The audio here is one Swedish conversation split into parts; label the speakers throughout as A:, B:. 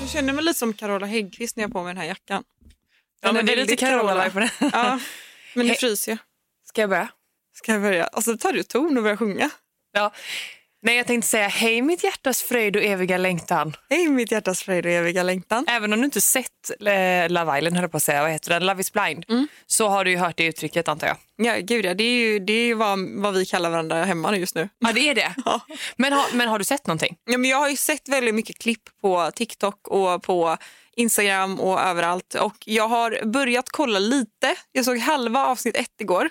A: Jag känner mig lite som Carola Häggkvist när jag har på mig den här jackan.
B: Ja,
A: Den
B: men det är lite
A: väldigt
B: Carola på den.
A: Ja, men det
B: He-
A: fryser ju.
B: Ska jag börja?
A: Ska jag börja? Alltså tar du ton och börjar sjunga?
B: Ja. Nej, jag tänkte säga hej mitt hjärtas fröjd och eviga längtan.
A: Hej mitt hjärtas fröjd och eviga längtan.
B: Även om du inte sett eh, Love Island, höll jag på att säga, vad heter den? Love is blind, så har du ju hört det uttrycket antar jag.
A: Ja, gud ja, det är ju, det är ju vad, vad vi kallar varandra hemma nu just nu.
B: Ja, det är det. men, har, men har du sett någonting?
A: Ja, men jag har ju sett väldigt mycket klipp på TikTok och på Instagram och överallt. Och Jag har börjat kolla lite. Jag såg halva avsnitt ett igår.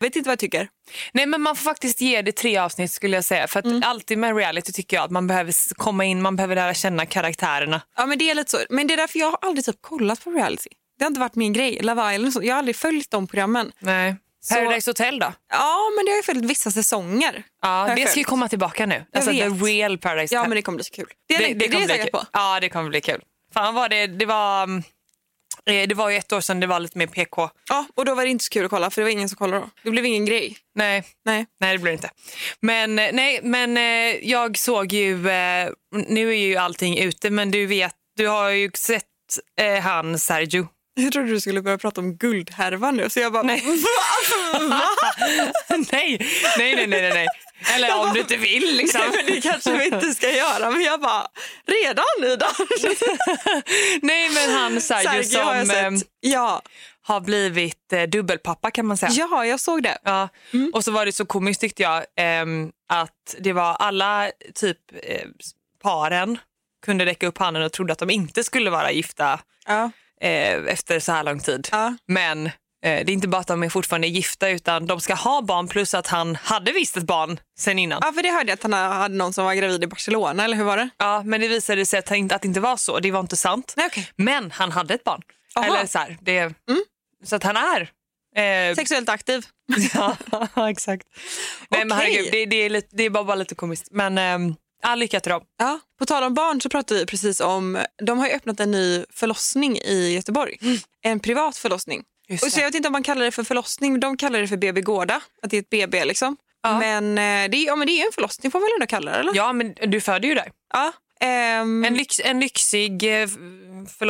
A: Vet inte vad jag tycker.
B: Nej, men man får faktiskt ge det tre avsnitt skulle jag säga. För att alltid med reality tycker jag att man behöver s- komma in, man behöver lära känna karaktärerna.
A: Ja, men det är lite så. Men det är därför jag har aldrig typ kollat på reality. Det har inte varit min grej. Love Island, och så. jag har aldrig följt de programmen.
B: Nej. Paradise Hotel då?
A: Ja, men det har jag följt vissa säsonger. Har
B: Ja,
A: jag
B: det ska ju
A: följt.
B: komma tillbaka nu. Alltså the
A: vet.
B: real Paradise
A: Ja,
B: Hotel.
A: men det kommer bli så kul. Det, det, det, det är jag
B: bli
A: säker
B: kul.
A: på.
B: Ja, det kommer bli kul. Fan var det, det var... mm, eh, Det var ju ett år sedan det var lite mer PK.
A: Ja, och då var det inte så kul att kolla, för det var ingen som kollade då. Det blev ingen grej.
B: Nej,
A: Nej.
B: nej det blir det inte. Men, eh, nej, men eh, jag såg ju... eh, Nu är ju allting ute, men du vet, du har ju sett eh, han Sergio.
A: Jag trodde du skulle börja prata om guldhärvan nu, så jag bara... Nej.
B: nej, nej, nej, nej, nej, nej. Eller om du inte vill liksom.
A: Nej, men det kanske vi inte ska göra, men jag bara... Redan, Ida?
B: nej, men han Sergio
A: Sergio har jag
B: som eh,
A: sett. Ja.
B: har blivit eh, dubbelpappa kan man säga.
A: ja, jag såg det.
B: Ja.
A: Mm.
B: Och så var det så komiskt tyckte jag ehm, att det var alla typ eh, paren kunde räcka upp handen och trodde att de inte skulle vara gifta
A: Ja.
B: eh, efter så här lång tid.
A: Ja.
B: Men eh, det är inte bara att de är fortfarande gifta utan de ska ha barn plus att han hade visst ett barn sen innan. Ja.
A: ja, för det hörde jag att han hade någon som var gravid i Barcelona, eller hur var det?
B: men det visade sig att, han inte- att det inte var så. Det var inte sant.
A: Nej, okej.
B: Men han hade ett barn.
A: Aha. Mm.
B: Eller så, här, det, så att han är eh,
A: Sexuellt aktiv.
B: ja, exakt. Nej, men
A: Okej.
B: herregud, det, det, är lite, det är bara, bara lite komiskt. Men ehm, all lycka till dem.
A: Ja. På tal om barn så pratade vi precis om... De har ju öppnat en ny förlossning i Göteborg. En privat förlossning.
B: Mm. Just
A: Och så jag vet inte om man kallar det för förlossning, men de kallar det för BB Gårda. Att det är ett BB liksom. Men, eh, det är, ja, men det är ju en förlossning får man väl ändå kalla det? Eller?
B: Ja, men du föder ju där.
A: Ja, ehm,
B: En, lyx, en lyxig eh, f-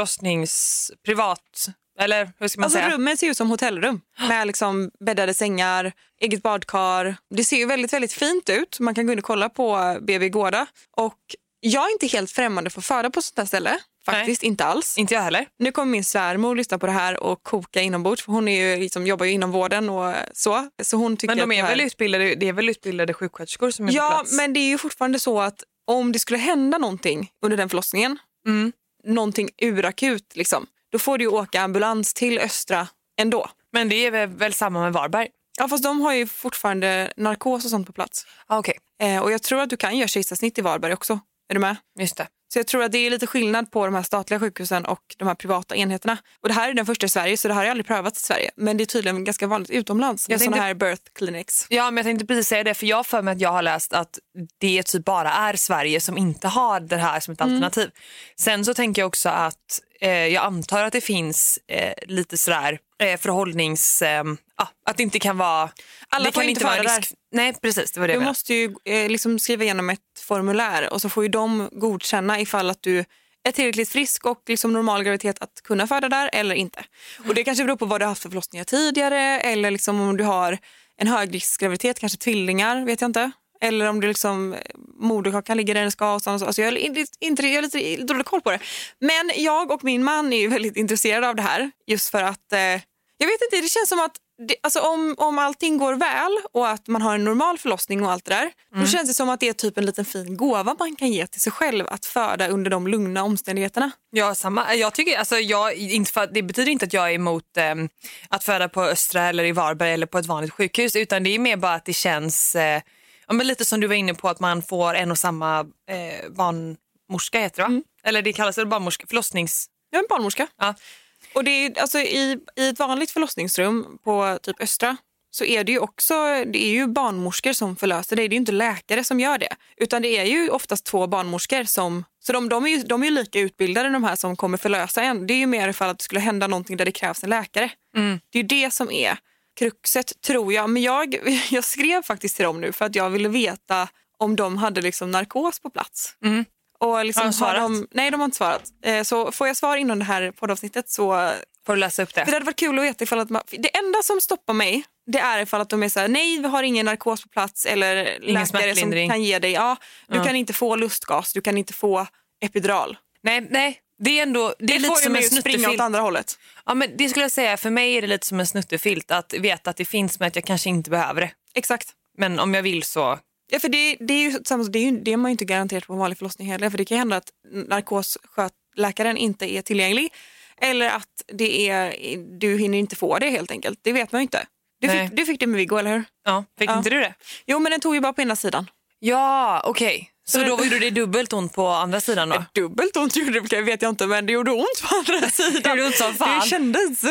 B: förlossnings... privat... Eller hur ska man
A: alltså
B: säga?
A: rummen ser ju ut som hotellrum med liksom bäddade sängar, eget badkar. Det ser ju väldigt, väldigt fint ut. Man kan gå in och kolla på BB Gårda. Och jag är inte helt främmande för att föda på sånt här ställe. Faktiskt inte alls.
B: Inte jag heller.
A: Nu kommer min svärmor lyssna på det här och koka inombords. För hon är ju, liksom, jobbar ju inom vården och så. så hon tycker
B: Men de
A: att det
B: är
A: här...
B: väl utbildade, det är väl utbildade sjuksköterskor som är på
A: Ja,
B: plats?
A: men det är ju fortfarande så att om det skulle hända någonting under den förlossningen,
B: Mm.
A: någonting urakut, liksom, då får du ju åka ambulans till Östra ändå.
B: men det är väl, väl samma med Varberg?
A: Ja, fast de har ju fortfarande narkos och sånt på plats.
B: Ah, Okej,
A: Eh, och jag tror att du kan göra kejsarsnitt i Varberg också. Är du med?
B: just det.
A: Så jag tror att det är lite skillnad på de här statliga sjukhusen och de här privata enheterna. Och det här är den första i Sverige, så det här har jag aldrig prövat i Sverige. Men det är tydligen ganska vanligt utomlands med
B: Jag tänkte-
A: sådana här birth clinics.
B: Ja, men jag tänkte precis säga det, för jag har för mig att jag har läst att det typ bara är Sverige som inte har det här som ett
A: Mm.
B: alternativ. Sen så tänker jag också att eh, jag antar att det finns eh, lite sådär eh, förhållnings... Eh, ah, att det inte kan vara...
A: Alla
B: det
A: får
B: kan
A: inte
B: vara
A: vara
B: risk- Nej, precis. Det var det jag
A: Du
B: menade.
A: måste ju eh, liksom skriva igenom ett formulär och så får ju de godkänna ifall att du är tillräckligt frisk och liksom normal graviditet att kunna föda där eller inte. Och Det kanske beror på vad du har haft för förlossningar tidigare eller liksom om du har en högriskgraviditet, kanske tvillingar, vet jag inte. Eller om du liksom eh, moderkakan ligger där den ska. Och sånt. Alltså jag, är lite- inte, jag har lite dålig koll på det. Men jag och min man är ju väldigt intresserade av det här just för att eh, jag vet inte, det känns som att det, alltså om, om allting går väl och att man har en normal förlossning och allt det där, då känns det som att det är typ en liten fin gåva man kan ge till sig själv att föda under de lugna omständigheterna.
B: Ja, samma. Jag tycker, alltså, jag, inte för, att- det betyder inte att jag är emot ehm, att föda på Östra eller i Varberg eller på ett vanligt sjukhus utan det är mer bara att det känns eh, ja, men lite som du var inne på att man får en och samma eh, barnmorska heter det va?
A: Mm.
B: Eller det kallas väl barnmorska, förlossnings...
A: Jag är en barnmorska.
B: Ja.
A: Och det är, alltså, i, I ett vanligt förlossningsrum på typ Östra så är det ju också det är ju barnmorskor som förlöser dig. Det är ju inte läkare som gör det. Utan det är ju oftast två barnmorskor som... Så de, de, är, ju, de är ju lika utbildade de här som kommer förlösa en. Det är ju mer ifall att det skulle hända någonting där det krävs en läkare. Det är ju det som är kruxet tror jag. Men jag, jag skrev faktiskt till dem nu för att jag ville veta om de hade liksom narkos på plats. Och liksom,
B: Har de svarat?
A: de, nej, de har inte svarat. Eh, så får jag svar innan det här poddavsnittet så...
B: Får du läsa upp
A: För det hade varit kul att veta ifall att man, Det enda som stoppar mig det är ifall att de är så här, nej vi har ingen narkos på plats eller läkare som
B: smärtlindring.
A: kan ge dig, ja du kan inte få lustgas, du kan inte få epidural.
B: Nej, nej. Det är ändå det är
A: Det
B: lite
A: får ju
B: som en
A: mig att springa åt
B: snuttefilt.
A: andra hållet.
B: Ja, men det skulle jag säga, för mig är det lite som en snuttefilt att veta att det finns men att jag kanske inte behöver det.
A: Exakt.
B: Men om jag vill så...
A: Ja, för det, det är ju samma sak. det är ju, det är man ju inte garanterat på en vanlig förlossning heller för det kan ju hända att narkosskötläkaren inte är tillgänglig eller att det är, du hinner inte få det helt enkelt. Det vet man ju inte. Du,
B: Nej.
A: fick, du fick det med Viggo, eller hur?
B: Ja, fick
A: Ja.
B: inte du det?
A: Jo, men den tog ju bara på ena sidan.
B: Ja, okej. Så
A: Men-
B: då gjorde det dubbelt ont på andra sidan då?
A: Dubbelt ont gjorde det, vet jag inte, men det gjorde ont på andra sidan.
B: Det gjorde ont som fan.
A: Det kändes.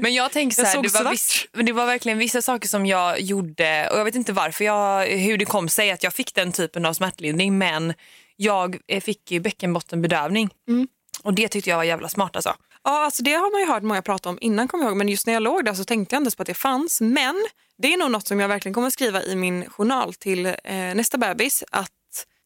B: Men jag tänker så
A: Jag
B: här,
A: såg
B: det, var
A: svart.
B: viss, men det var verkligen vissa saker som jag gjorde och jag vet inte varför jag, hur det kom sig att jag fick den typen av smärtlindring men jag eh, fick ju bäckenbottenbedövning
A: Mm.
B: och det tyckte jag var jävla smart alltså.
A: Ja, alltså det har man ju hört många prata om innan kommer jag ihåg, men just när jag låg där så tänkte jag inte ens på att det fanns. Men det är nog något som jag verkligen kommer skriva i min journal till eh, nästa bebis att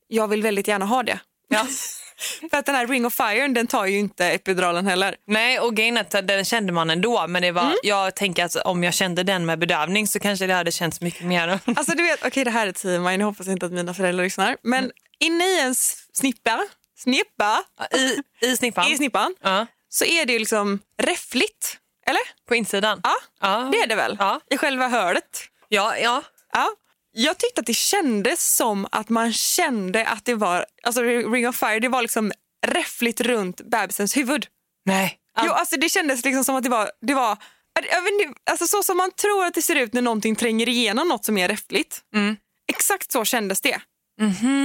A: jag vill väldigt gärna ha det.
B: Ja.
A: För att den här Ring of Fire den tar ju inte epiduralen heller.
B: Nej och grejen är att den kände man ändå men det var,
A: Mm.
B: jag tänker att om jag kände den med bedövning så kanske det hade känts mycket mer.
A: Alltså du vet, okej det här är tio jag hoppas inte att mina föräldrar lyssnar. Men
B: Mm.
A: inne i en s- snippa, snippa,
B: I, i snippan?
A: i snippan
B: ja.
A: så är det ju liksom räffligt. Eller?
B: På insidan?
A: Ja,
B: Ja.
A: det är det väl?
B: Ja.
A: I själva hörlet.
B: Ja, ja.
A: Ja. Jag tyckte att det kändes som att man kände att det var, alltså Ring of Fire, det var liksom räffligt runt bebisens huvud.
B: Nej. Ja.
A: Jo, alltså det kändes liksom som att det var, det var jag vet inte, alltså så som man tror att det ser ut när någonting tränger igenom något som är räffligt. Exakt så kändes det.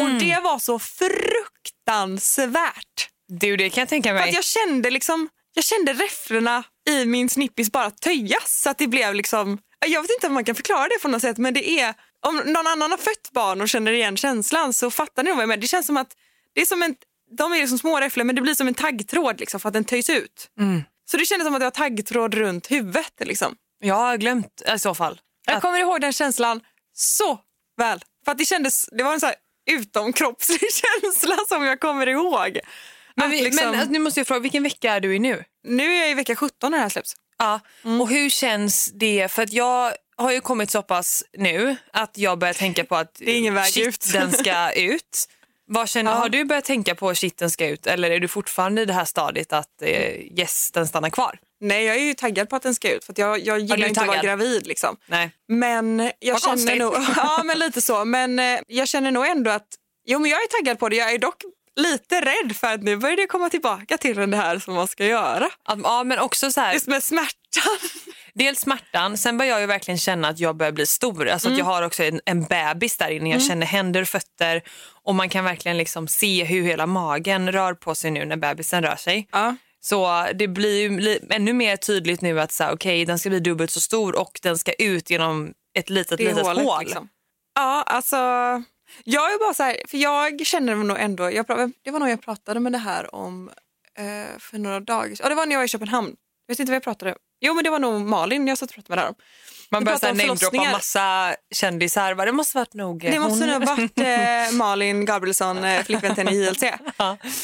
A: Och det var så fruktansvärt.
B: Du, det kan jag tänka
A: För att
B: mig.
A: jag kände liksom, jag kände räfflorna i min snippis bara töjas så att det blev liksom, jag vet inte om man kan förklara det på något sätt men det är, om någon annan har fött barn och känner igen känslan så fattar ni nog vad jag menar. Det känns som att, det är som en, de är liksom små räfflor men det blir som en taggtråd liksom för att den töjs ut. Så det kändes som att det var taggtråd runt huvudet liksom.
B: Jag har glömt i så fall.
A: Jag kommer ihåg den känslan så väl. För att det kändes, det var en så här utomkroppslig känsla som jag kommer ihåg.
B: Men,
A: Att
B: vi,
A: liksom-
B: men alltså, nu måste jag fråga, vilken vecka är du i nu? Mm.
A: nu är jag i vecka 17 när det här släpps.
B: Ja. Och hur känns det? För att jag har ju kommit så pass nu att jag börjar tänka på att
A: är ingen väg
B: shit,
A: ut.
B: den ska ut. Vad känner, Har du börjat tänka på shit den ska ut eller är du fortfarande i det här stadiet att eh, yes den stannar kvar?
A: Nej, jag är ju taggad på att den ska ut för att jag, jag gillar
B: du är
A: ju inte att vara
B: taggad?
A: gravid. Liksom.
B: Nej.
A: Men jag
B: Vad
A: känner
B: konstigt.
A: nog, ja men lite så, men eh, jag känner nog ändå att, jo men jag är taggad på det, jag är dock lite rädd för att nu börjar det komma tillbaka till den här som man ska göra.
B: Att, ja men också så här,
A: Just med smärtan.
B: dels smärtan, sen börjar jag ju verkligen känna att jag börjar bli stor. Alltså
A: Mm.
B: att jag har också en, en bebis där inne, jag känner händer och fötter och man kan verkligen liksom se hur hela magen rör på sig nu när bebisen rör sig.
A: Ja.
B: Så det blir ju li- ännu mer tydligt nu att så här, okej, den ska bli dubbelt så stor och den ska ut genom ett litet,
A: det
B: litet
A: hålet,
B: hål.
A: Liksom. Ja, alltså. Jag är bara så här, för jag känner nog ändå, jag, pra- det var nog jag pratade med det här om eh, för några dagar sedan. Ja, det var när jag var i Köpenhamn. Jag vet inte vad jag pratade Jo, men det var nog Malin jag satt och pratade med där om.
B: Man
A: Vi pratar
B: börjar så här
A: om
B: namedroppa
A: förlossningar.
B: massa kändisar. Bara, Det måste varit nog eh,
A: Det måste
B: hon.
A: nog ha varit eh, Malin Gabrielsson, eh, flickvän till henne i JLC.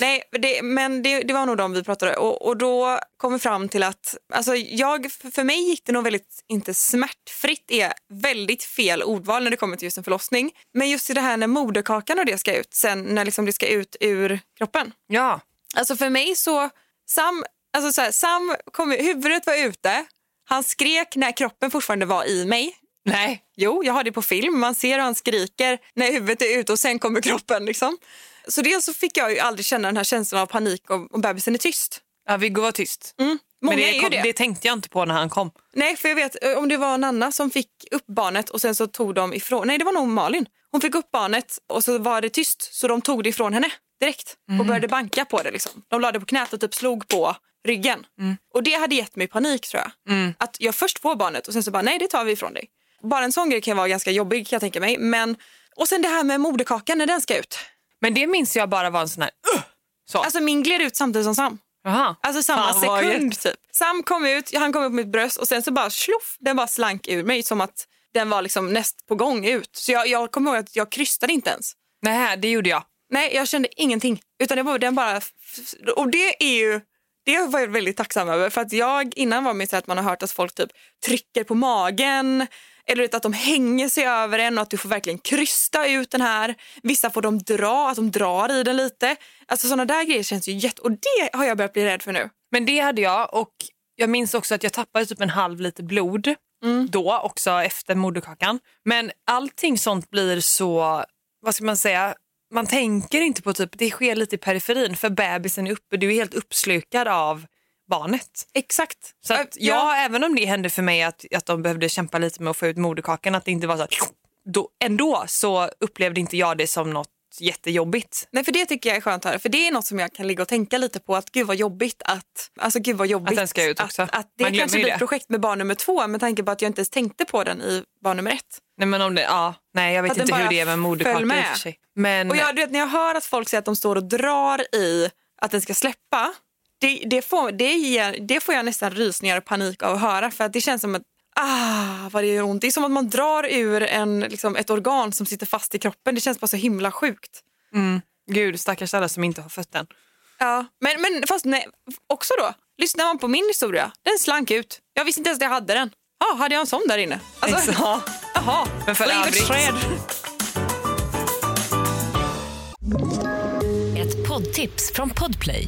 A: Nej, det, men det, det var nog de vi pratade och, och då kom vi fram till att alltså jag, för för mig gick det nog väldigt, inte smärtfritt är väldigt fel ordval när det kommer till just en förlossning. Men just i det här när moderkakan och det ska ut, sen när liksom det ska ut ur kroppen.
B: Ja,
A: Alltså för mig så, Sam, alltså så här, Sam kom, huvudet var ute, han skrek när kroppen fortfarande var i mig.
B: nej.
A: Jo, jag har det på film. Man ser hur han skriker när huvudet är ute och sen kommer kroppen. Liksom. Så dels så fick jag ju aldrig känna den här känslan av panik om, om bebisen är tyst.
B: Ja, Viggo var tyst.
A: Mm. Många
B: Men det,
A: är ju
B: kom,
A: det.
B: det tänkte jag inte på när han kom.
A: Nej, för jag vet eh, om det var Nanna som fick upp barnet och sen så tog de ifrån... Nej, det var nog Malin. Hon fick upp barnet och så var det tyst så de tog det ifrån henne direkt och började banka på det. Liksom. De lade det på knät och typ slog på ryggen. Och det hade gett mig panik tror jag. Att jag först får barnet och sen så bara nej det tar vi ifrån dig. Bara en sån grej kan vara ganska jobbig kan jag tänka mig. Men... Och sen det här med moderkakan när den ska ut.
B: Men det minns jag bara var en sån här... "Ugh!" Så.
A: Alltså min gled ut samtidigt som Sam.
B: Jaha.
A: Alltså samma
B: Fan, vad
A: sekund typ. Sam kom ut, han kom upp med mitt bröst och sen så bara tjoff, den bara slank ur mig som att den var liksom näst på gång ut. Så jag, jag kommer ihåg att jag krystade inte ens.
B: Nej, det gjorde jag.
A: Nej, jag kände ingenting. Utan det var, den bara... Och det är ju... Det var jag väldigt tacksam över. För att jag innan var med så här att man har hört att folk typ trycker på magen. Eller vet, att de hänger sig över en och att du får verkligen krysta ut den här. Vissa får de dra, att de drar i den lite. Alltså sådana där grejer känns ju jätte... Och det har jag börjat bli rädd för nu.
B: Men det hade jag och jag minns också att jag tappade typ en halv liter blod då också efter moderkakan. Men allting sånt blir så, vad ska man säga, man tänker inte på typ, det sker lite i periferin för bebisen är uppe, du är helt uppslukad av barnet.
A: Exakt.
B: Så att
A: ja.
B: ja, även om det hände för mig att, att de behövde kämpa lite med att få ut moderkakan, att det inte var så här, då, ändå så upplevde inte jag det som något jättejobbigt.
A: Nej, för det tycker jag är skönt här. För det är något som jag kan ligga och tänka lite på. Att gud vad jobbigt att... Alltså gud vad jobbigt.
B: Att den ska ut också.
A: Att, att
B: Man
A: det
B: glömmer
A: kanske
B: ju
A: blir
B: det.
A: ett projekt med barn nummer två med tanke på att jag inte ens tänkte på den i barn nummer ett.
B: Nej, men om det, ja, nej jag vet
A: Att den
B: inte hur
A: bara
B: det är med
A: föll
B: moderkakan i
A: med.
B: och för sig. Men,
A: Och jag, du vet, när jag hör att folk säger att de står och drar i att den ska släppa. Det, det, får, det, ger, det får jag nästan rysningar och panik av att höra. För att det känns som att Ah, vad det gör ont. Det är som att man drar ur en, liksom, ett organ som sitter fast i kroppen. Det känns bara så himla sjukt.
B: Gud, stackars alla som inte har fött den.
A: Ja, men, men fast nej, också då. Lyssnar man på min historia, den slank ut. Jag visste inte ens att jag hade den. Ja, hade jag en sån där inne? Alltså,
B: ja.
A: jaha,
B: Men för
A: livets
B: övrigt-
A: träd.
C: Ett poddtips från Podplay.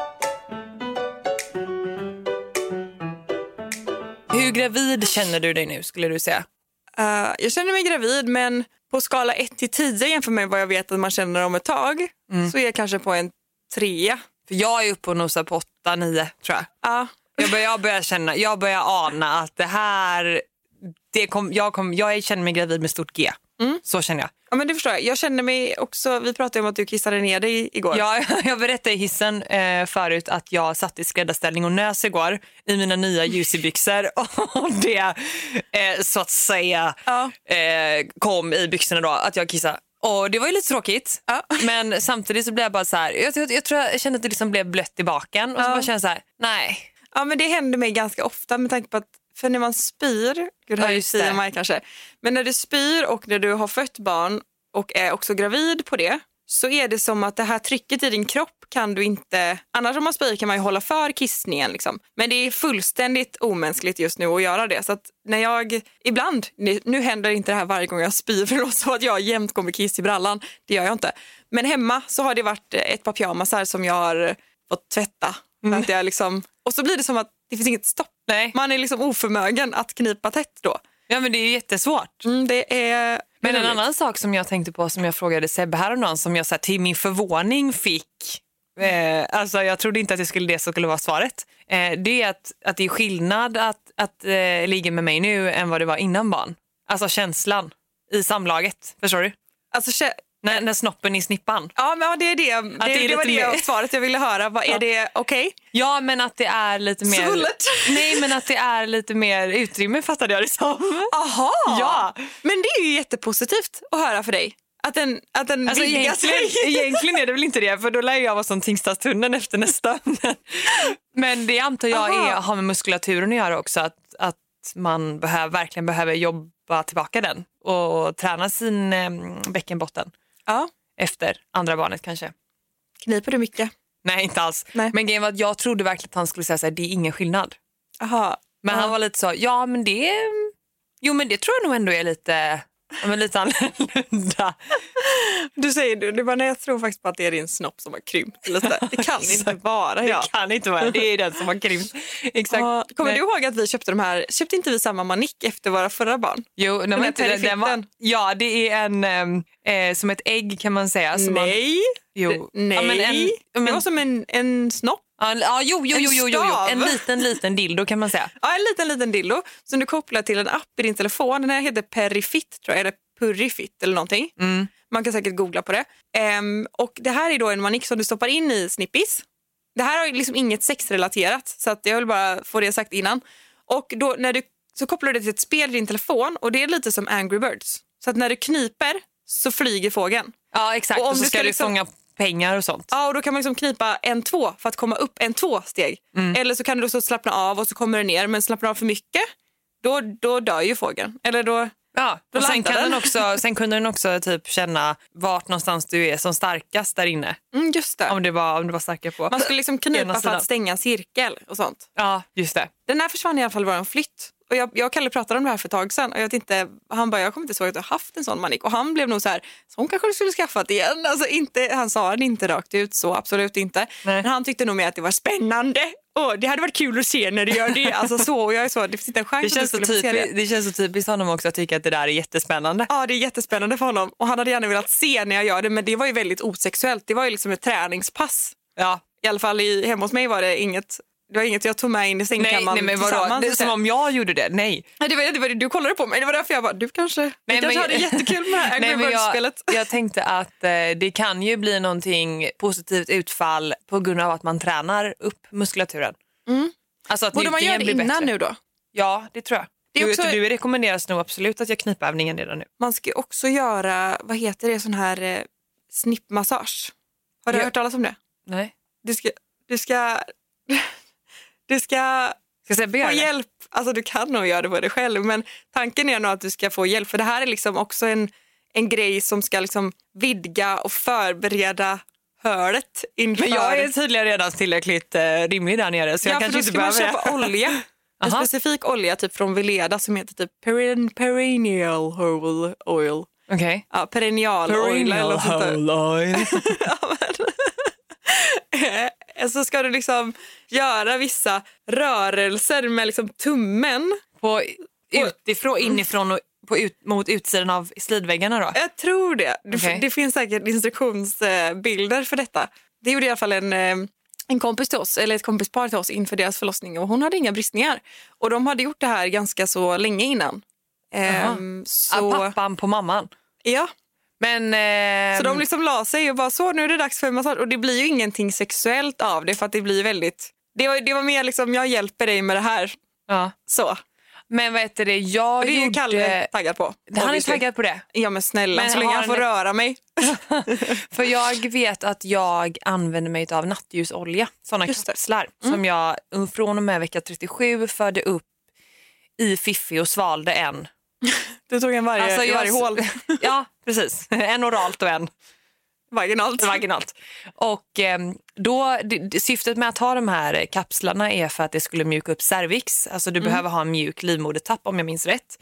B: Hur gravid känner du dig nu skulle du säga?
A: Eh, jag känner mig gravid, men på skala 1 till 10 jämfört med vad jag vet att man känner om ett tag
B: Mm.
A: så är jag kanske på en trea.
B: För jag är uppe och nosar på 8-9 tror jag.
A: Ja,
B: Jag börjar, jag börjar känna, jag börjar ana att det här, det kom, jag, kom, jag känner mig gravid med stort G.
A: Mm.
B: Så känner jag.
A: ja, men det förstår jag. Jag känner mig också, vi pratade ju om att du kissade ner dig igår.
B: Jag, jag berättade i hissen eh, förut att jag satt i skräddarställning och nös igår i mina nya Juicy-byxor och det eh, så att säga
A: Ja.
B: eh, kom i byxorna då att jag kissade. Och det var ju lite tråkigt men samtidigt så blev jag bara så här, jag, jag, jag tror jag kände att det liksom blev blött i baken och så bara kände jag så här, nej.
A: Ja, men det händer mig ganska ofta med tanke på att för när man spyr, gud
B: Ja,
A: här
B: just
A: säger
B: det.
A: man kanske, men när du spyr och när du har fött barn och är också gravid på det så är det som att det här trycket i din kropp kan du inte, annars om man spyr kan man ju hålla för kissningen liksom. Men det är fullständigt omänskligt just nu att göra det. Så att när jag, ibland, nu- nu händer inte det här varje gång jag spyr för det låter som att jag jämt går med kiss i brallan, det gör jag inte. Men hemma så har det varit eh, ett par pyjamasar som jag har fått tvätta. För att jag liksom, och så blir det som att det finns inget stopp.
B: Nej.
A: Man är liksom oförmögen att knipa tätt då.
B: Ja men det är ju jättesvårt.
A: Mm, det är...
B: Men en
A: roligt.
B: annan sak som jag tänkte på som jag frågade Sebbe häromdagen som jag så här, till min förvåning fick Eh, alltså jag trodde inte att det skulle det som skulle vara svaret. Eh, det är att, att det är skillnad att, att eh, ligga med mig nu än vad det var innan barn. Alltså känslan i samlaget. Förstår du?
A: Alltså, kä-
B: När, när snoppen i snippan.
A: ja, men ja, det är det. Det,
B: det är
A: det, var
B: lite
A: det
B: mer-
A: svaret jag ville höra. Vad är det okej?
B: Ja men att det är lite mer...
A: Svullet.
B: Nej men att det är lite mer utrymme fattade jag det som.
A: Aha!
B: Ja.
A: Men det är ju jättepositivt att höra för dig. Att den, att den
B: Alltså
A: vidgar sig.
B: egentligen, egentligen är det väl inte det, för då lär jag vara som Tingstadstunneln efter nästa. Men, men det antar jag
A: Aha.
B: är, har med muskulaturen att göra också, att, att man behöver, verkligen behöver jobba tillbaka den och träna sin eh, bäckenbotten
A: Ja.
B: efter andra barnet kanske.
A: Kniper du mycket?
B: Nej, inte alls.
A: Nej.
B: Men grejen var att jag trodde verkligen att han skulle säga så här, det är ingen skillnad.
A: Aha.
B: Men han var lite så, ja men det, jo men det tror jag nog ändå är lite, Ja, men lite annorlunda.
A: Du säger du, du bara, nej, jag tror faktiskt på att det är din snopp som har krympt lite. Det kan inte vara jag.
B: Det kan inte vara det. är den som har krympt. Exakt.
A: Ja, kommer
B: Nej.
A: du ihåg att vi köpte de här, köpte inte vi samma manick efter våra förra barn?
B: Jo, nej, men
A: heter det
B: den, den var,
A: Fitten?
B: ja, det är en ehm, eh, som ett ägg kan man säga. Som Man, jo.
A: Det- nej.
B: Ja, men en, ja,
A: det
B: men,
A: var som en, en snopp.
B: ja, ja, jo, jo,
A: en
B: jo, jo, jo, jo. En
A: stav.
B: liten, liten dildo kan man säga.
A: Ja, en liten, liten dildo som du kopplar till en app i din telefon. Den här heter Perifit, tror jag, eller Purifit eller någonting. Man kan säkert googla på det. Ehm, och Det här är då en manick som du stoppar in i snippis. Det här har ju liksom inget sexrelaterat, så att jag vill bara få det sagt innan. Och då, när du, så kopplar du det till ett spel i din telefon och det är lite som Angry Birds. Så att när du kniper så flyger fågeln.
B: Ja, exakt.
A: Och
B: Och,
A: om
B: så
A: du
B: ska
A: ska
B: du
A: liksom-
B: fånga pengar och sånt.
A: Ja, och då kan man liksom knipa en två för att komma upp en två steg.
B: Mm.
A: Eller så kan du då så slappna av och så kommer den ner, men slappnar du av för mycket, då, då dör ju fågeln. Eller då...
B: Ja,
A: Då
B: och sen,
A: landar
B: kan den.
A: den.
B: också, sen kunde den också typ känna vart någonstans du är som starkast där inne.
A: Mm, just det.
B: Om det var, om det var starkare på.
A: Man skulle liksom
B: ena
A: knipa för
B: sidan.
A: att stänga en cirkel och sånt.
B: Ja, just det.
A: Den här försvann i alla fall vid en flytt. Och jag, jag och Kalle pratade om det här för ett tag sedan och jag vet inte, han bara, jag kommer inte ihåg att jag haft en sån manik. Och han blev nog så här, så hon kanske skulle skaffat igen. Alltså inte, han sa det inte rakt ut så, absolut inte. Men han tyckte nog mer att det var spännande. Och det hade varit kul att se när du gör det. Alltså så, och jag är så, det finns inte en chans
B: Det känns, så
A: att du skulle få se det.
B: typiskt, det känns så typiskt honom också att tycka att det där är jättespännande.
A: Ja, det är jättespännande för honom. Och han hade gärna velat se när jag gör det, men det var ju väldigt osexuellt. Det var ju liksom ett träningspass.
B: Ja.
A: I alla fall i, hemma hos mig var det inget det var inget jag tog med in i
B: Nej,
A: sängkammaren
B: nej men vadå?
A: tillsammans.
B: Det är som om jag gjorde det. Nej.
A: Nej, det, var, det var det du kollade på mig. Det var därför jag bara, du kanske,
B: Nej,
A: du kanske
B: men-
A: hade jättekul med det här Angry
B: Nej, men jag,
A: Birds-spelet.
B: jag tänkte att eh, det kan ju bli någonting positivt utfall på grund av att man tränar upp muskulaturen. Alltså att
A: Mm. Borde man
B: njutningen
A: göra det
B: blir
A: innan
B: bättre.
A: nu då?
B: Ja, det tror jag.
A: Det är
B: du,
A: också-
B: du rekommenderas nog absolut att jag knipövningen redan nu.
A: Man ska ju också göra, vad heter det, sån här eh, snippmassage. Har du
B: Ja.
A: hört talas om det?
B: Nej.
A: Du ska, du ska, du ska
B: Ska Sebbe göra
A: få
B: det?
A: hjälp. Alltså du kan nog göra det på dig själv men tanken är nog att du ska få hjälp för det här är liksom också en, en grej som ska liksom vidga och förbereda hölet inför...
B: Men jag är tydligen redan tillräckligt eh, rimlig där nere så
A: ja,
B: jag
A: för
B: kanske
A: då
B: inte
A: ska man
B: behöver
A: köpa
B: det.
A: olja. En
B: Aha.
A: specifik olja typ från Veleda som heter typ perin, perennial hole oil.
B: Okej.
A: Ja, perennial, oil eller något sånt där.
B: oil.
A: Eh, Så ska du liksom göra vissa rörelser med liksom tummen
B: På Mm. utifrån, inifrån och på ut, mot utsidan av slidväggarna då?
A: Jag tror det. Det,
B: Okej.
A: det finns säkert instruktionsbilder för detta. Det gjorde i alla fall en, eh, en kompis till oss, eller ett kompispar till oss inför deras förlossning och hon hade inga bristningar. Och de hade gjort det här ganska så länge innan. Ehm,
B: Ah,
A: så,
B: pappan på mamman.
A: ja.
B: Men... Eh,
A: så de liksom la sig och bara så, nu är det dags för massage. Och det blir ju ingenting sexuellt av det för att det blir väldigt... Det var, det var mer liksom, jag hjälper dig med det här.
B: ja.
A: Så.
B: Men vad heter det, jag
A: Och det är ju
B: gjorde...
A: Kalle taggad på.
B: Han är
A: obviously.
B: taggad på det.
A: Ja men snälla,
B: Men
A: så länge
B: har
A: han får
B: han-
A: röra mig.
B: För jag vet att jag använder mig av nattljusolja, sådana
A: Just det. Mm.
B: kapslar som jag från och med vecka 37 förde upp i Fiffi och svalde en. Alltså,
A: Du tog en varje, Eh, i
B: jag-
A: varje hål.
B: ja, precis. En oralt och en
A: Vaginalt.
B: vaginalt. Och ehm, då, d- d- syftet med att ha de här kapslarna är för att det skulle mjuka upp cervix. Alltså du
A: Mm.
B: behöver ha en mjuk livmodertapp om jag minns rätt.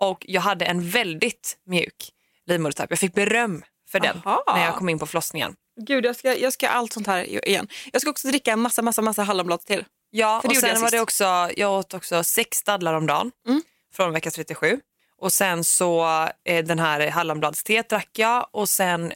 B: Och jag hade en väldigt mjuk livmodertapp. Jag fick beröm för den
A: Aha.
B: när jag kom in på förlossningen.
A: Gud, jag ska, jag ska allt sånt här igen. Jag ska också dricka en massa, massa, massa hallonblad till.
B: Ja,
A: För det
B: och
A: gjorde
B: sen
A: jag
B: var det
A: sist. Mm.
B: också, jag åt också sex dadlar om dagen från vecka 37. Och sen så eh, den här hallonbladsteet drack jag och sen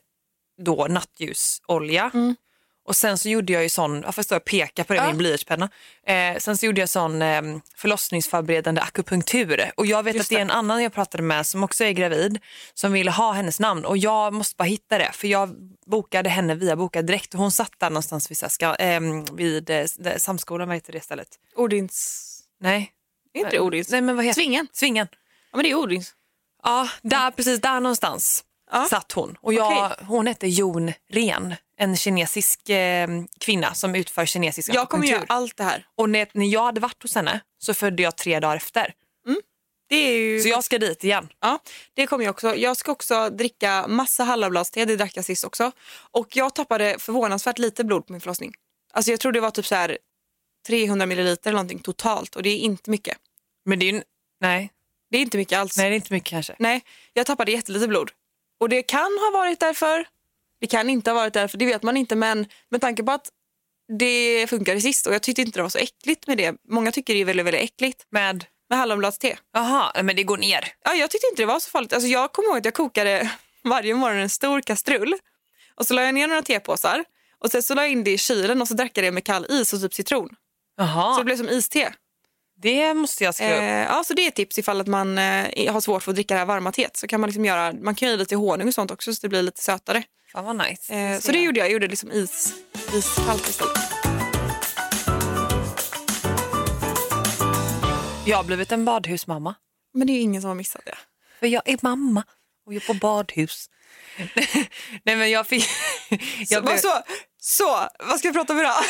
B: då nattljusolja.
A: Mm.
B: Och sen så gjorde jag ju sån, varför står jag och pekar på det med min blyertspenna? Eh, sen så gjorde jag sån eh, förlossningsförberedande akupunktur. Och jag vet att det är en annan jag pratade med som också är gravid som ville ha hennes namn och jag måste bara hitta det för jag bokade henne via Boka Direkt och hon satt där någonstans vid, Saska, eh, vid eh, Samskolan, vad heter det stället?
A: Odins...
B: Nej. Eh,
A: Är inte det Odins?
B: Nej, men vad heter
A: Svingen.
B: Svingen.
A: Ja, men det är Odins.
B: Ja, där, precis där någonstans
A: Ja.
B: satt hon. Och jag,
A: Okej.
B: Hon hette Jon Ren, en kinesisk eh, kvinna som utför kinesisk
A: Jag kommer göra
B: akupunktur.
A: allt det här.
B: Och när, när jag hade varit hos henne så födde jag tre dagar efter.
A: Det är ju...
B: Så jag ska dit igen.
A: Ja, det kommer jag också. Jag ska också dricka massa hallonbladste. Det drack jag sist också. Och jag tappade förvånansvärt lite blod på min förlossning. Alltså jag tror det var typ så här 300 milliliter eller någonting totalt och det är inte mycket.
B: Men det är ju... Nej.
A: Det är inte mycket alls.
B: Nej, det är inte mycket kanske.
A: Nej, jag tappade jättelite blod. Och det kan ha varit därför, det kan inte ha varit därför, det vet man inte. Men med tanke på att det funkade sist och jag tyckte inte det var så äckligt med det. Många tycker det är väldigt, väldigt äckligt
B: Med?
A: med hallonbladste.
B: Jaha, nej, men det går ner.
A: Ja, jag tyckte inte det var så farligt. Alltså, jag kommer ihåg att jag kokade varje morgon en stor kastrull och så la jag ner några tepåsar och sen så la jag in det i kylen och så drack jag det med kall is och typ citron.
B: Jaha,
A: Så det blev som iste.
B: det måste jag skriva
A: Eh,
B: upp.
A: ja, så det är ett tips ifall att man eh, har svårt för att dricka det här varma teet. Så kan man liksom göra, man kan ju lite honung och sånt också så det blir lite sötare.
B: Fan vad nice.
A: Eh,
B: Jag
A: så det
B: ser.
A: gjorde jag, jag gjorde liksom is, iskallt istället.
B: Jag har blivit en badhusmamma.
A: Men det är ju ingen som har missat det.
B: För jag är mamma och jag är på badhus. nej men jag fick... jag blev-
A: så, så, vad ska jag prata om idag?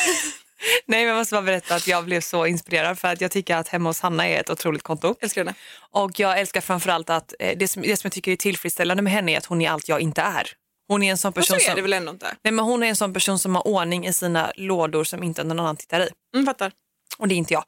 B: Nej, men jag måste bara berätta att jag blev så inspirerad för att jag tycker att hemma hos Hanna är ett otroligt konto.
A: Älskar henne.
B: Och jag älskar framförallt att eh, det som, det som jag tycker är tillfredsställande med henne är att hon är allt jag inte är. Hon är en sån
A: Men
B: person,
A: så är det
B: som,
A: väl ändå inte?
B: nej, men hon är en sån person som har ordning i sina lådor som inte någon annan tittar i.
A: Mm, fattar.
B: Och det är inte jag.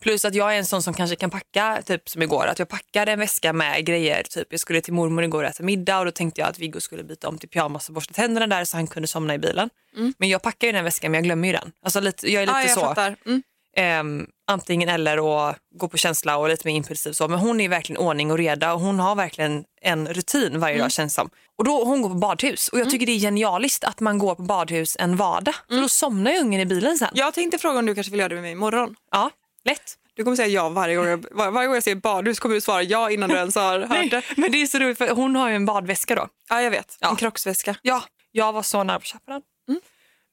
B: Plus att jag är en sån som kanske kan packa, typ som igår, att jag packade en väska med grejer. Typ jag skulle till mormor igår och äta middag och då tänkte jag att Viggo skulle byta om till pyjamas och borsta tänderna där så han kunde somna i bilen. Men jag packar ju den väskan men jag glömmer ju den. Alltså lite, jag är lite
A: Mm. ja, jag
B: så
A: fattar. Mm.
B: ehm, antingen eller och gå på känsla och lite mer impulsiv så. Men hon är verkligen ordning och reda och hon har verkligen en rutin varje
A: Mm.
B: dag känns som. Och då hon går på badhus och jag tycker det är genialiskt att man går på badhus en
A: Mm.
B: vardag. För då somnar ju ungen i bilen sen.
A: Jag tänkte fråga om du kanske vill göra det med mig imorgon.
B: Ja, lätt.
A: Du kommer säga ja varje gång jag, var, varje gång jag säger badhus kommer du svara ja innan du ens har hört det.
B: Men det är så roligt för hon har ju en badväska då.
A: Ja, jag vet.
B: Ja.
A: En krocksväska.
B: Ja, jag var så nära på att köpa den.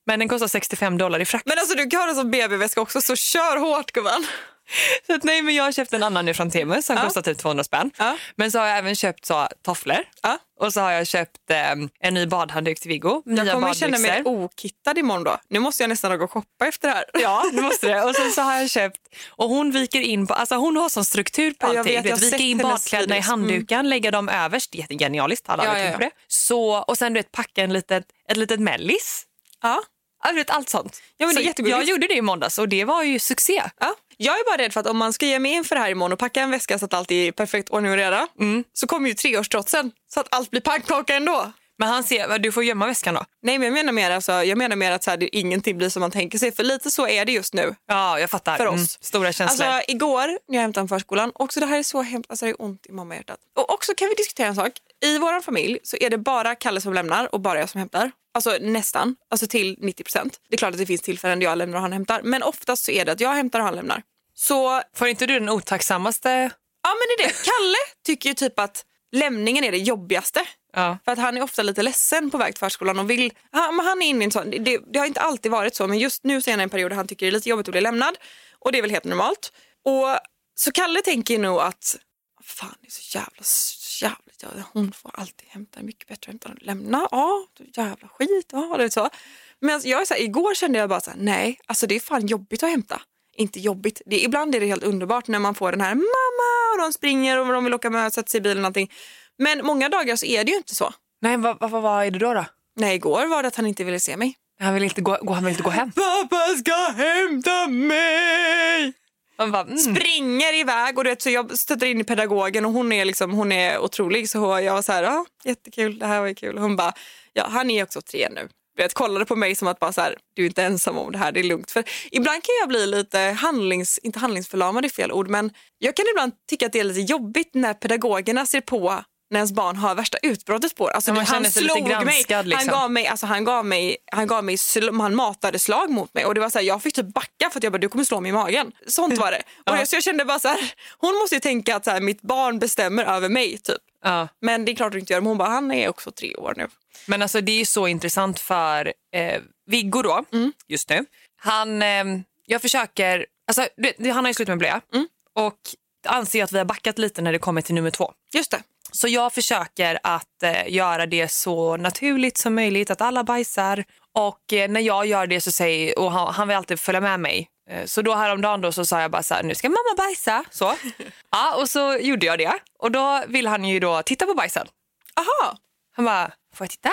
B: Men den kostar 65 dollar i frakt.
A: Mm. Men alltså du kan ha den som BB-väska också så kör hårt gumman.
B: Så att, nej, men jag har köpt en annan nu från Temu som kostar typ 200 spänn.
A: Ja.
B: Men så har jag även köpt så, tofflor
A: Ja.
B: och så har jag köpt eh, en ny badhandduk till Viggo. Nya
A: Jag kommer känna
B: badbyxor.
A: mig okittad imorgon då. Nu måste jag nästan gå och shoppa efter det här.
B: Ja, det måste det. Och sen så har jag köpt, och hon viker in, på, alltså hon har sån struktur på
A: Ja, jag
B: allting.
A: vet,
B: Du
A: jag har
B: vika
A: sett
B: in
A: hennes
B: badkläderna i
A: videos.
B: handduken, lägga dem överst, jättegenialiskt, alla
A: Ja,
B: ja,
A: ja,
B: ja,
A: ja.
B: på det. Så, och sen du vet, packa en litet, ett litet mellis.
A: Ja.
B: Ja, du vet, allt sånt.
A: Ja, men det är
B: Så
A: jättegulligt.
B: jag gjorde det i måndags och det var ju succé.
A: Ja. Jag är bara rädd för att om man ska ge mig in för det här imorgon och packa en väska så att allt är i perfekt ordning och reda
B: Mm.
A: så kommer ju treårstrotsen så att allt blir pannkaka ändå.
B: Men han ser, du får gömma väskan då.
A: Nej men jag menar mer, alltså, jag menar mer att så här, det, ingenting blir som man tänker sig för lite så är det just nu.
B: Ja, jag fattar.
A: För oss.
B: Mm, Stora känslor.
A: Alltså igår när jag hämtade honom från förskolan, också det här är så hemskt, alltså det är ont i mammahjärtat. Och också kan vi diskutera en sak. I vår familj så är det bara Kalle som lämnar och bara jag som hämtar. Alltså nästan, alltså till 90 procent. Det är klart att det finns tillfällen där jag lämnar och han hämtar. Men oftast så är det att jag hämtar och han lämnar. Så
B: Får inte du den otacksammaste...
A: Ja men det är det. Kalle tycker ju typ att lämningen är det jobbigaste.
B: Ja.
A: För att han är ofta lite ledsen på väg till förskolan och vill, han, men han är inne i en sån, det, det har inte alltid varit så men just nu så är han i en period där han tycker det är lite jobbigt att bli lämnad och det är väl helt normalt. Och så Kalle tänker ju nog att, fan det är så jävla, så jävla, ja, hon får alltid hämta, det är mycket bättre att hämta än att lämna, ja jävla skit, ja det är så. Men alltså, jag är så här, igår kände jag bara så här, nej alltså det är fan jobbigt att hämta. Inte jobbigt, det, ibland är det helt underbart när man får den här mamma och de springer och de vill åka med och sätta sig i bilen och allting. Men många dagar så är det ju inte så.
B: Nej, vad, vad, vad, vad är det då? då?
A: Nej, igår var det att han inte ville se mig.
B: Han, vill inte gå, gå- han vill inte gå hem.
A: Pappa ska hämta mig!
B: Man bara, mm.
A: Springer iväg och du vet, så jag stöter in i pedagogen och hon är, liksom, hon är otrolig. Så jag var så här, ja, jättekul, det här var ju kul. Och hon bara, ja, han är också tre nu. Du vet, kollade på mig som att bara så här, du är inte ensam om det här, det är lugnt. För ibland kan jag bli lite handlings, inte handlingsförlamad är fel ord, men jag kan ibland tycka att det är lite jobbigt när pedagogerna ser på när ens barn har värsta utbrottet på det. alltså,
B: Ja, man
A: Han
B: känner sig lite
A: slog mig,
B: granskad,
A: han
B: liksom.
A: gav mig, alltså han gav mig, han gav mig, sl- han matade slag mot mig och det var så här, jag fick typ backa för att jag bara, du kommer slå mig i magen. Sånt var det. Och jag, så jag kände bara så här, hon måste ju tänka att så här, mitt barn bestämmer över mig typ.
B: Ja.
A: Men det är klart du inte gör, men hon bara, han är också tre år nu.
B: Men alltså det är ju så intressant för eh, Viggo då, just nu. Han, eh, jag försöker, alltså du vet, han har ju slut med blöja och anser att vi har backat lite när det kommer till nummer två.
A: Just det.
B: Så jag försöker att eh, göra det så naturligt som möjligt, att alla bajsar. Och eh, när jag gör det så säger, och han, han vill alltid följa med mig. Eh, Så då häromdagen då så sa jag bara så här, nu ska mamma bajsa. Så. Ja, och så gjorde jag det. Och då vill han ju då titta på bajsen.
A: Aha,
B: Han bara, får jag titta?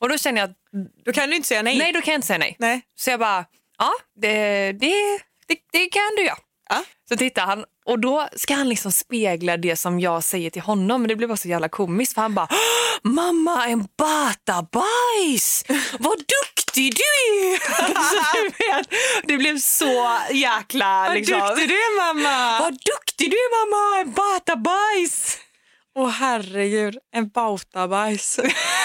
B: Och då känner jag att
A: då kan du inte säga nej.
B: Nej, då kan jag inte säga nej.
A: Nej.
B: Så jag bara, ja, det, det, det, det kan du ja.
A: Ja.
B: Så tittar han Och då ska han liksom spegla det som jag säger till honom men det blir bara så jävla komiskt för han bara "Åh, Mamma en batabajs! Vad duktig du är! Alltså, du vet, det blev så jäkla... Liksom,
A: Vad duktig du är mamma!
B: Vad duktig du är mamma! En batabajs!
A: Åh herregud, en bautabajs.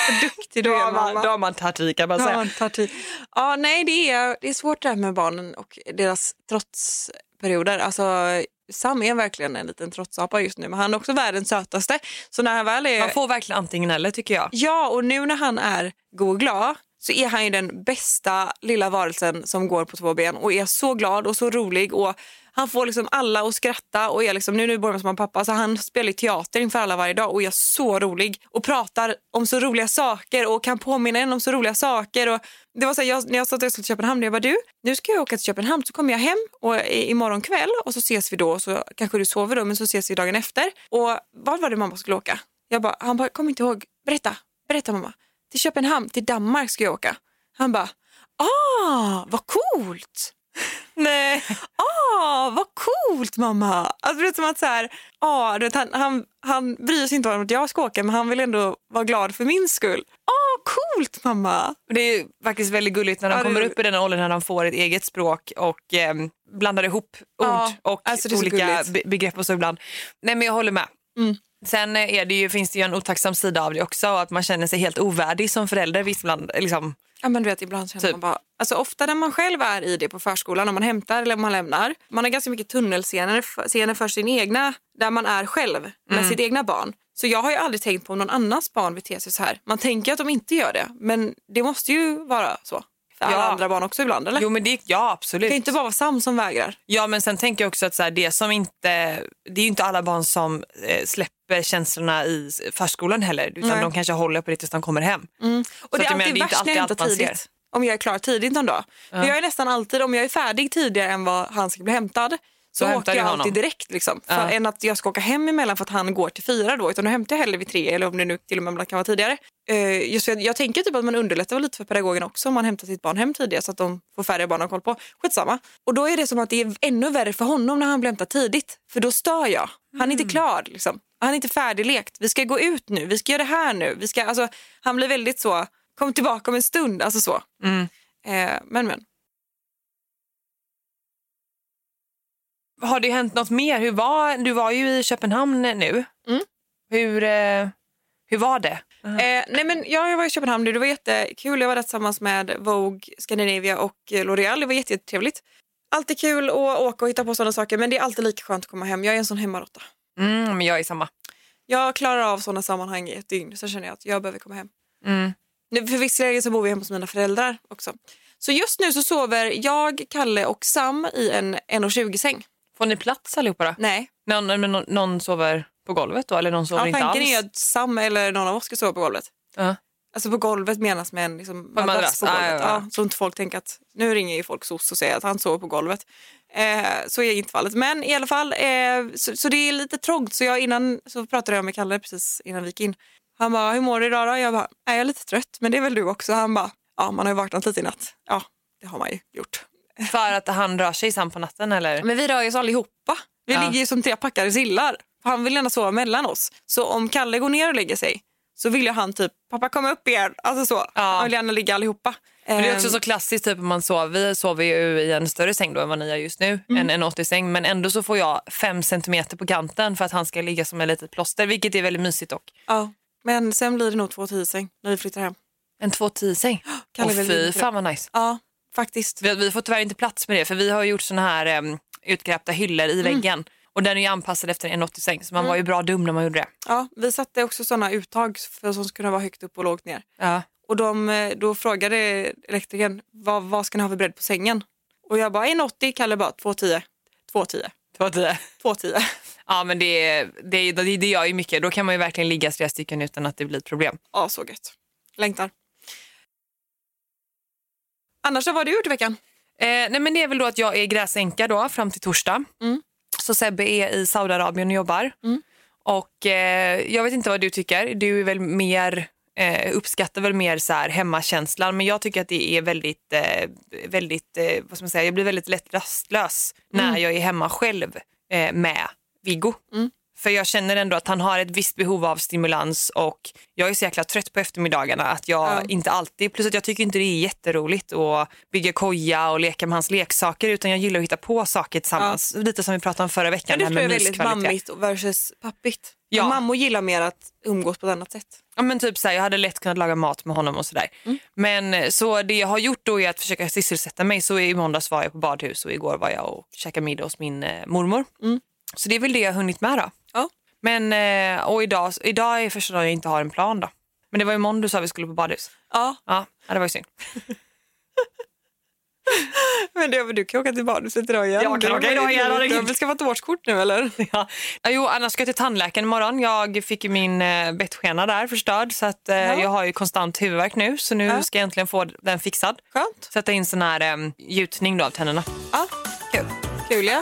A: Vad duktig du
B: Då
A: är
B: har man,
A: mamma.
B: då har man tagit i kan man
A: Ja,
B: säga.
A: man tar tid. Ja, nej, det är, det är svårt det här med barnen och deras trotsperioder. Alltså, Sam är verkligen en liten trotsapa just nu, men han är också världens sötaste. Så när han väl är...
B: Man får verkligen antingen eller tycker jag.
A: Eh, Ja, och nu när han är god och glad så är han ju den bästa lilla varelsen som går på två ben och är så glad och så rolig och han får liksom alla att skratta och är liksom, nu, nu bor jag som en pappa så han spelar ju teater inför alla varje dag och är så rolig och pratar om så roliga saker och kan påminna en om så roliga saker. Och det var så här, jag, när jag sa att jag skulle till Köpenhamn, jag bara du, nu ska jag åka till Köpenhamn så kommer jag hem och, i, imorgon kväll och så ses vi då och så kanske du sover då men så ses vi dagen efter. Och vad var det mamma skulle åka? Jag bara, han bara, kom inte ihåg, berätta, berätta mamma. Till Köpenhamn, till Danmark ska jag åka. Han bara, ah, vad coolt. Nej. Ah, vad coolt mamma. Alltså det är som att så här, ah, du vet, han, han, han bryr sig inte om att jag ska åka men han vill ändå vara glad för min skull. Ah, coolt mamma.
B: Det är ju faktiskt väldigt gulligt när de
A: Ja, det-
B: kommer upp i den åldern när de får ett eget språk och ehm, blandar ihop ord
A: Ja,
B: och
A: alltså det är så
B: olika
A: gulligt. Mm.
B: be- begrepp och så ibland. Nej men jag håller med. Sen eh, är det ju, finns det ju en otacksam sida av det också och att man känner sig helt ovärdig som förälder visst bland, liksom.
A: Ja, men du vet, ibland känner
B: Typ.
A: man bara... Alltså, ofta när man själv är i det på förskolan, om man hämtar eller om man lämnar. Man har ganska mycket tunnelscener f- scener för sin egna, där man är själv med
B: Mm.
A: sitt egna barn. Så jag har ju aldrig tänkt på om någon annans barn beter sig så här. Man tänker att de inte gör det, men det måste ju vara så. För alla
B: Ja.
A: andra barn också ibland, eller?
B: Jo men det, ja absolut.
A: Det kan inte bara vara Sam som vägrar.
B: Ja men sen tänker jag också att så här, det som inte, det är ju inte alla barn som eh, släpper känslorna i s- förskolan heller utan
A: Nej. Mm.
B: de kanske håller på det tills de kommer hem.
A: Och
B: Så
A: det är
B: att jag menar,
A: alltid
B: det är inte
A: värst när jag
B: alltid
A: hämtar
B: allt man ser.
A: tidigt. Om jag är klar tidigt någon dag. För jag är nästan alltid, om jag är färdig tidigare än vad han ska bli hämtad så
B: Då hämtar
A: åker
B: du
A: jag
B: honom.
A: alltid direkt. Liksom. För,
B: Ja.
A: Än att jag ska åka hem emellan för att han går till fyra då. Utan då hämtar jag hellre vid tre eller om det nu till och med ibland kan vara tidigare. Eh, just för jag, jag tänker typ att man underlättar väl lite för pedagogen också om man hämtar sitt barn hem tidigare så att de får färre barn att ha koll på. Skitsamma. Och då är det som att det är ännu värre för honom när han blir hämtad tidigt. För då stör jag. Han är inte klar liksom. Han är inte färdiglekt. Vi ska gå ut nu. Vi ska göra det här nu. Vi ska, alltså, han blir väldigt så, kom tillbaka om en stund. Alltså så. Eh, men men.
B: Har det hänt något mer? Hur var, du var ju i Köpenhamn nu. Hur, eh, hur var det?
A: Eh, nej men ja, jag var i Köpenhamn nu, det var jättekul. Jag var där tillsammans med Vogue, Scandinavia och eh, L'Oreal. Det var jätte- jättetrevligt. Alltid kul att åka och hitta på sådana saker men det är alltid lika skönt att komma hem. Jag är en sån hemmarotta.
B: Mm, men jag är samma.
A: Jag klarar av sådana sammanhang i ett dygn. Sen känner jag att jag behöver komma hem.
B: Mm.
A: Nu, för visserligen så bor vi hemma hos mina föräldrar också. Så just nu så sover jag, Kalle och Sam i en 1,20-säng.
B: Får ni plats allihopa då?
A: Nej,
B: Någon, men någon, någon sover på golvet då eller någon sover
A: ja,
B: inte alls?
A: tanken är att Sam eller någon av oss ska sova på golvet.
B: Ja.
A: Alltså på golvet menas med en liksom,
B: På en
A: madrass på
B: madrass.
A: golvet.
B: Ah, ja,
A: ja,
B: ja.
A: så inte folk tänker att nu ringer ju folk soc och säger att han sover på golvet. Eh, så är inte fallet. Men i alla fall, eh, så, så det är lite trångt. Så jag innan så pratade jag med Kalle precis innan vi gick in. Han bara, hur mår du idag då? Jag bara, "Nej, jag är lite trött men det är väl du också? Han bara, ja man har ju vaknat lite i natt. Ja, det har man ju gjort.
B: För att han rör sig sam på natten eller?
A: Men vi rör ju oss allihopa. Vi
B: Ja.
A: ligger ju som tre packade sillar. Han vill gärna sova mellan oss. Så om Kalle går ner och lägger sig så vill ju han typ, pappa kom upp igen. Alltså så. Han vill gärna ligga allihopa. Ehm,
B: Men det är också så klassiskt typ om man sover. Vi sover ju i en större säng då än vad ni gör just nu, en, en 80-säng. Men ändå så får jag fem centimeter på kanten för att han ska ligga som ett litet plåster, vilket är väldigt mysigt dock.
A: Ja, men sen blir det nog två tio säng när vi flyttar hem.
B: En 210-säng.
A: Kalle
B: Åh
A: vill
B: fy
A: ligga på det.
B: fan vad nice.
A: Ja, faktiskt.
B: Vi, vi får tyvärr inte plats med det för vi har ju gjort såna här em, utgrävda hyllor i
A: Mm.
B: väggen. Och den är ju anpassad efter en 80-säng så man var ju bra dum när man gjorde det.
A: Ja, vi satte också sådana uttag för som skulle kunna vara högt upp och lågt ner.
B: Ja.
A: Och de, eh, då frågade elektrikern vad, vad ska ni ha för bredd på sängen? Och jag bara 1,80, Kalle bara 2,10. 2,10.
B: 210.
A: 2,10.
B: Ja men det, det, det, det gör ju mycket. Då kan man ju verkligen ligga flera stycken utan att det blir ett problem.
A: Ja, så gött. Längtar. Annars så vad har du gjort i veckan?
B: Eh, nej men det är väl då att jag är gräsänka då fram till torsdag.
A: Mm.
B: Så Sebbe är i Saudiarabien och jobbar.
A: Mm.
B: Och eh, jag vet inte vad du tycker. Du är väl mer, eh, uppskattar väl mer så här hemmakänslan. Men jag tycker att det är väldigt,
A: Mm.
B: eh, väldigt eh, vad ska man säga, jag blir väldigt lätt rastlös när jag är hemma själv. eh, med Viggo. För jag känner ändå att han har ett visst behov av stimulans och jag är så jäkla trött på eftermiddagarna att jag inte alltid, plus att jag tycker inte det är jätteroligt att bygga koja och leka med hans leksaker utan jag gillar att hitta på saker tillsammans. Lite som vi pratade om förra veckan,
A: Men det
B: här
A: tror jag är
B: med
A: väldigt
B: myskvalitet.
A: mammigt versus pappigt.
B: Ja.
A: Ja. Mammor gillar mer att umgås på ett annat sätt.
B: Ja, men typ så här, jag hade lätt kunnat laga mat med honom och sådär.
A: Mm.
B: Men eh, så det jag har gjort då är att försöka sysselsätta mig. Så i måndags var jag på badhus och igår var jag och käkade middag hos min eh, mormor. Så det är väl det jag har hunnit med då.
A: Mm. Ja.
B: Men, eh, och idag, idag är första dagen jag inte har en plan då. Men det var i måndag sa vi skulle på badhus.
A: Ja,
B: Ja, ja, det var ju synd.
A: men det, du kan åka till badhuset idag igen.
B: Jag kan åka idag igen, herregud.
A: Du har väl skaffat årskort nu eller?
B: Ja. Ja, Jo, annars ska jag till tandläkaren imorgon. Jag fick ju min eh, bettskena där förstörd så att eh, jag har ju konstant huvudvärk nu. Så nu
A: Ja.
B: ska jag äntligen få den fixad.
A: Skönt.
B: Sätta in sån här eh, gjutning då av tänderna.
A: Ja, kul. Kul ja.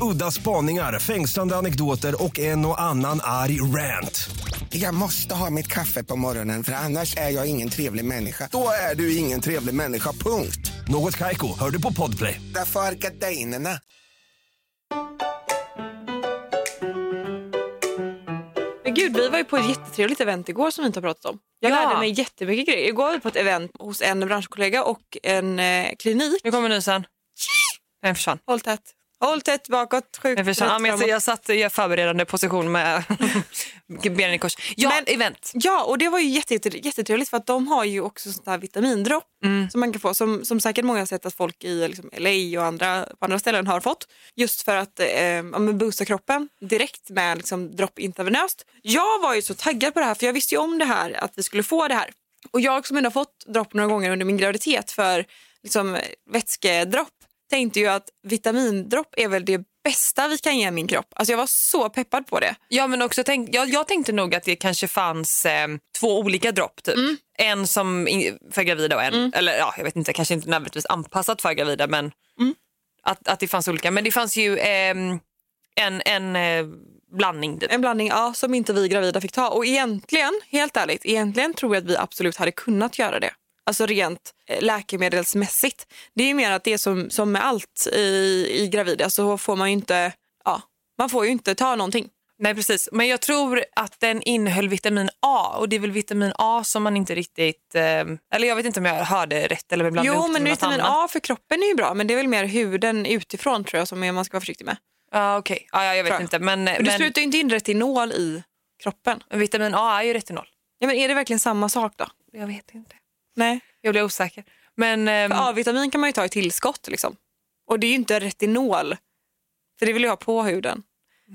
D: Udda spaningar, fängslande anekdoter och en och annan arg rant.
E: Jag måste ha mitt kaffe på morgonen för annars är jag ingen trevlig människa. Då är du ingen trevlig människa, punkt.
D: Något Kaiko, hör du på Podplay.
E: Därför är gardinerna.
A: Men gud, vi var ju på ett jättetrevligt event igår som vi inte har pratat om. Jag
B: Ja.
A: lärde mig jättemycket grejer. Igår var vi på ett event hos en branschkollega och en eh, klinik.
B: Nu kommer nysen. Den försvann.
A: Håll tätt. Håll tätt bakåt, sjukt
B: Den försvann. Ja,
A: rätt
B: men jag,
A: framåt.
B: jag satt i förberedande position med benen i kors. Ja,
A: Men-
B: event.
A: Ja, och det var ju jätte, jätte, jättetrevligt för att de har ju också sånt här vitamindropp som man kan få. Som, som säkert många har sett att folk i liksom, LA och andra, på andra ställen har fått. Just för att eh, ja, men boosta kroppen direkt med liksom, dropp intravenöst. Jag var ju så taggad på det här för jag visste ju om det här, att vi skulle få det här. Och jag som ändå har fått dropp några gånger under min graviditet för liksom, vätskedropp tänkte ju att vitamindropp är väl det bästa vi kan ge min kropp. Alltså jag var så peppad på det.
B: Ja, men också tänk, jag, jag tänkte nog att det kanske fanns eh, två olika dropp. Typ. En som i- för gravida och en, eller ja, jag vet inte, kanske inte nödvändigtvis anpassat för gravida, men att, att det fanns olika. Men det fanns ju ehm, en, en eh, blandning. Typ.
A: En blandning ja, som inte vi gravida fick ta. Och egentligen, helt ärligt, egentligen tror jag att vi absolut hade kunnat göra det. Alltså rent eh, läkemedelsmässigt. Det är mer att det är som, som med allt i, i gravida så får man ju inte, ja, man får ju inte ta någonting.
B: Nej, precis. Men jag tror att den innehöll vitamin A och det är väl vitamin A som man inte riktigt... Eh, eller jag vet inte om jag hörde rätt eller om jag blandade
A: jo,
B: ihop det
A: men
B: med något
A: vitamin
B: annat.
A: A för kroppen är ju bra, men det är väl mer huden utifrån tror jag som är- man ska vara försiktig med.
B: Ja, okej. Ja, ja, jag vet
A: Tror jag.
B: inte. Men,
A: För du
B: men
A: slutar ju inte in retinol i kroppen.
B: vitamin A är ju retinol.
A: Ja, men är det verkligen samma sak då?
B: Jag vet inte.
A: Nej.
B: Jag blir osäker. Men, ehm,
A: För A-vitamin kan man ju ta i tillskott. Liksom. Och det är ju inte retinol, för det vill jag ha på huden.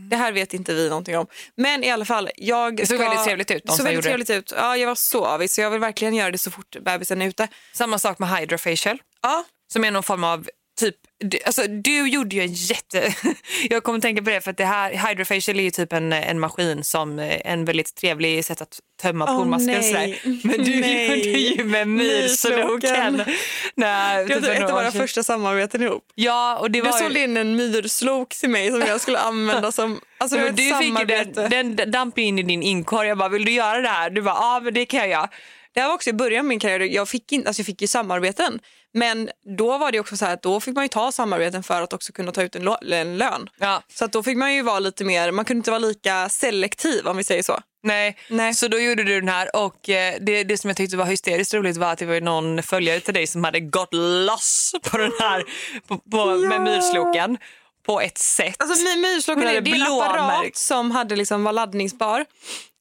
A: Det här vet inte vi någonting om. Men i alla fall, jag
B: Mm. Det såg
A: ska-
B: väldigt trevligt ut, de
A: Det såg
B: som
A: väldigt
B: gjorde det.
A: trevligt ut. Ja, jag var så avis, så jag vill verkligen göra det så fort bebisen är ute.
B: samma sak med hydrofacial
A: Ja,
B: som är någon form av typ... Du, alltså, du gjorde ju en jätte... jag kommer tänka på det för att det här, hydrofacial är ju typ en, en maskin som eh, en väldigt trevlig sätt att tömma
A: Åh,
B: pormasken och
A: nej.
B: sådär. Men du
A: Nej.
B: gjorde ju med myrsloken.
A: Myrsloken.
B: Nej,
A: det var
B: typ
A: typ ett
B: en
A: av våra
B: orange.
A: första samarbeten ihop.
B: Ja, och det
A: Du
B: var ju-
A: sålde in en myrslok till mig som jag skulle använda som alltså,
B: Ja,
A: det
B: men
A: var ett
B: du fick ju den,
A: samarbete.
B: den den damp ju in i din inkorg. Jag bara, vill du göra det här? Du bara, ja men det kan jag göra.
A: Det här var också i början av min karriär. Jag fick, in, alltså jag fick ju samarbeten. Men då var det också så här att då fick man ju ta samarbeten för att också kunna ta ut en, lo- en lön.
B: Ja.
A: Så att då fick man ju vara lite mer, man kunde inte vara lika selektiv om vi säger så.
B: Nej.
A: Nej.
B: så då gjorde du den här och eh, det, det som jag tyckte var hysteriskt roligt var att det var ju någon följare till dig som hade gått loss på den här på, på, med myrsloken på ett sätt.
A: Alltså my- myrslockan
B: Hon
A: är
B: hade
A: det är en
B: blåmärkt.
A: apparat som hade liksom var laddningsbar.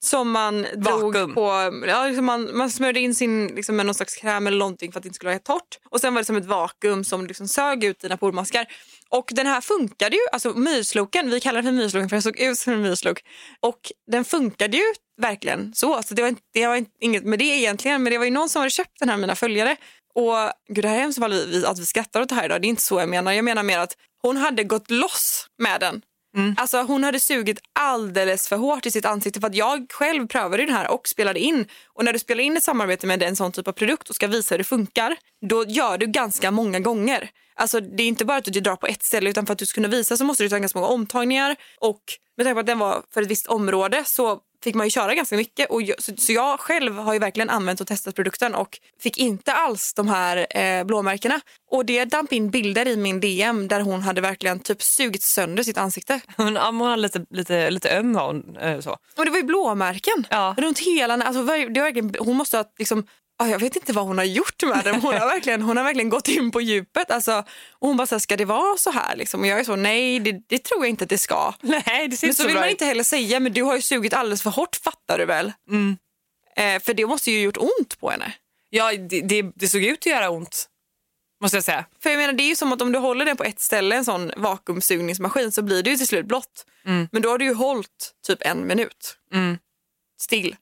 A: Som man
B: Vakuum.
A: drog på, ja, liksom man, man smörjde in sin liksom med någon slags kräm eller någonting för att det inte skulle vara torrt. Och sen var det som ett vakuum som liksom sög ut dina pormaskar. Och den här funkade ju, alltså myrsloken, vi kallar den för myrsloken för den såg ut som en myrslok. Och den funkade ju verkligen så. så det, var inte, det var inte- inget med det egentligen, men det var ju någon som hade köpt den här, mina följare. Och gud, det här är hemskt att vi, att vi skrattar åt det här idag. Det är inte så jag menar. Jag menar mer att hon hade gått loss med den. Alltså hon hade sugit alldeles för hårt i sitt ansikte för att jag själv prövade ju den här och spelade in. Och när du spelar in ett samarbete med en sån typ av produkt och ska visa hur det funkar, då gör du ganska många gånger. Alltså det är inte bara att du drar på ett ställe utan för att du ska kunna visa så måste du ta ganska många omtagningar och med tanke på att den var för ett visst område så fick man ju köra ganska mycket. Och jag, så, så jag själv har ju verkligen använt och testat produkten och fick inte alls de här eh, blåmärkena. Och det damp in bilder i min DM där hon hade verkligen typ sugit sönder sitt ansikte.
B: Hon, ja, men hon hade lite, lite, lite öm var hon. eh, Så.
A: Och det var ju blåmärken
B: Ja.
A: runt hela... nä- Alltså, var- det var verkligen, hon måste ha liksom... ja, Jag vet inte vad hon har gjort med dem. Hon har verkligen, hon har verkligen gått in på djupet. Alltså, och hon bara, så här, ska det vara så här? Liksom. Och jag är så, nej det, det tror jag inte att det ska.
B: Nej, det ser
A: Men så vill man inte heller säga, men du har ju sugit alldeles för hårt fattar du väl? Eh, för det måste ju gjort ont på henne.
B: Ja, det, det, det såg ut att göra ont, måste jag säga.
A: För jag menar det är ju som att om du håller den på ett ställe, en sån vakuumsugningsmaskin, så blir det ju till slut blått. Men då har du ju hållit typ en minut. Still.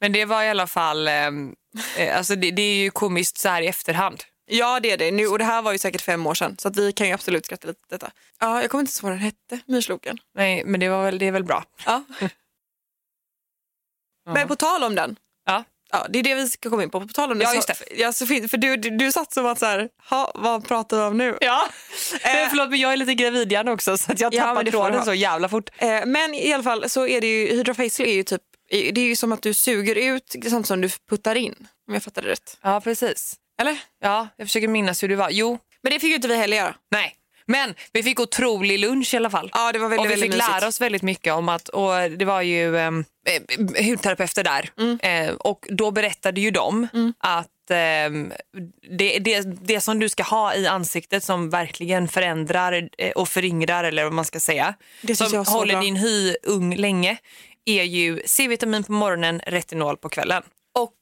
B: Men det var i alla fall... ehm, Eh, alltså det, det är ju komiskt så här i efterhand.
A: Ja det är det nu och det här var ju säkert fem år sedan så att vi kan ju absolut skratta lite åt detta. Ja, jag kommer inte ihåg vad den hette, myrsloken.
B: Nej, men det, var väl, det är väl bra.
A: Ja. Men på tal om den.
B: Ja.
A: Ja, det är det vi ska komma in på. På tal om den
B: Ja,
A: så-
B: just det.
A: Ja, så fin- för du, du, du satt som att så här, ha, vad pratar vi om nu?
B: Ja.
A: Eh,
B: Förlåt, men jag är lite gravidhjärna också så att jag
A: Ja,
B: tappar
A: men det får du
B: tråden
A: ha.
B: så jävla fort.
A: Eh, men i alla fall så är det ju, hydrafacial är ju typ, det är ju som att du suger ut sånt som du puttar in. Om jag fattar det rätt.
B: Ja, precis.
A: Eller?
B: Ja, jag försöker minnas hur det var. Jo,
A: Men det fick ju inte vi heller göra.
B: nej. Men vi fick otrolig lunch i alla fall.
A: Ja, det var väldigt,
B: och vi fick
A: väldigt
B: lära oss väldigt mycket om att, och det var ju ehm, eh, hudterapeuter där
A: Mm.
B: eh, och då berättade ju de att ehm, det, det, det som du ska ha i ansiktet som verkligen förändrar eh, och föryngrar eller vad man ska säga,
A: Det tycker
B: som
A: jag var så
B: håller
A: bra.
B: din hy ung länge, är ju C-vitamin på morgonen, retinol på kvällen.
A: Och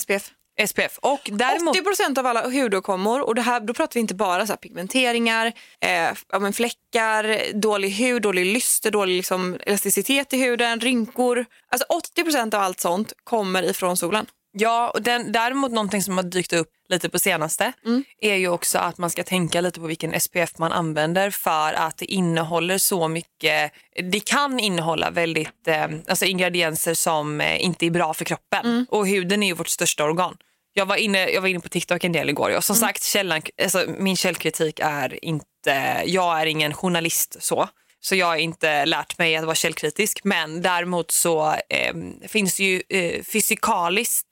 A: SPF.
B: SPF. Och däremot...
A: 80 av alla hudåkommor, och det här, då pratar vi inte bara så här pigmenteringar, eh, ja, men fläckar, dålig hud, dålig lyster, dålig liksom elasticitet i huden, rynkor. Alltså 80 av allt sånt kommer ifrån solen.
B: Ja, och den, däremot någonting som har dykt upp lite på senaste är ju också att man ska tänka lite på vilken SPF man använder för att det innehåller så mycket, det kan innehålla väldigt, eh, alltså ingredienser som eh, inte är bra för kroppen och huden är ju vårt största organ. Jag var inne, jag var inne på TikTok en del igår och som sagt källan, alltså, min källkritik är inte, jag är ingen journalist så. Så jag har inte lärt mig att vara källkritisk men däremot så eh, finns det ju eh, fysikaliskt,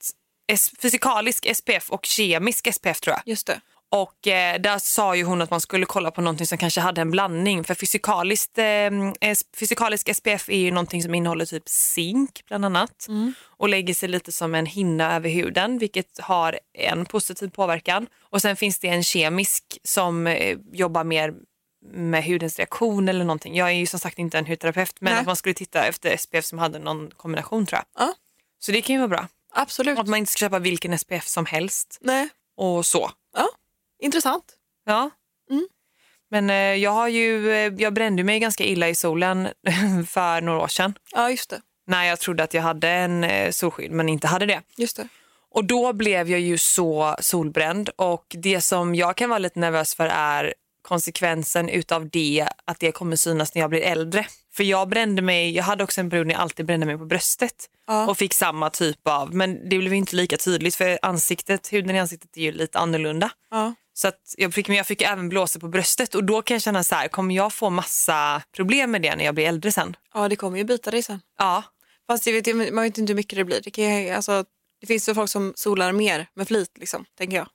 B: es, fysikalisk SPF och kemisk SPF tror jag.
A: Just det.
B: Och eh, där sa ju hon att man skulle kolla på någonting som kanske hade en blandning. För fysikaliskt, eh, es- fysikalisk SPF är ju någonting som innehåller typ zink bland annat.
A: Mm.
B: Och lägger sig lite som en hinna över huden vilket har en positiv påverkan. Och sen finns det en kemisk som eh, jobbar mer med hudens reaktion eller någonting. Jag är ju som sagt inte en hudterapeut men
A: Nej.
B: att man skulle titta efter SPF som hade någon kombination tror jag.
A: Ja.
B: Så det kan ju vara bra.
A: Absolut.
B: Att man inte ska köpa vilken SPF som helst
A: Nej.
B: och så.
A: Intressant.
B: Ja.
A: Mm.
B: Men eh, jag, har ju, eh, jag brände mig ganska illa i solen för några år sedan
A: Ja, just det.
B: när jag trodde att jag hade en eh, solskydd men inte hade det.
A: Just det.
B: Och då blev jag ju så solbränd och det som jag kan vara lite nervös för är konsekvensen utav det att det kommer synas när jag blir äldre. För jag brände mig, jag hade också en period när jag alltid brände mig på bröstet
A: Ja.
B: och fick samma typ av, men det blev inte lika tydligt för ansiktet, huden i ansiktet är ju lite annorlunda.
A: Ja.
B: Så att jag fick, men jag fick även blåsa på bröstet och då kan jag känna så här, kommer jag få massa problem med det när jag blir äldre sen?
A: ja, det kommer ju bita dig sen.
B: Ja,
A: Fast jag vet, man vet inte hur mycket det blir. Det, kan, ju- alltså, det finns ju folk som solar mer med flit, liksom, tänker jag.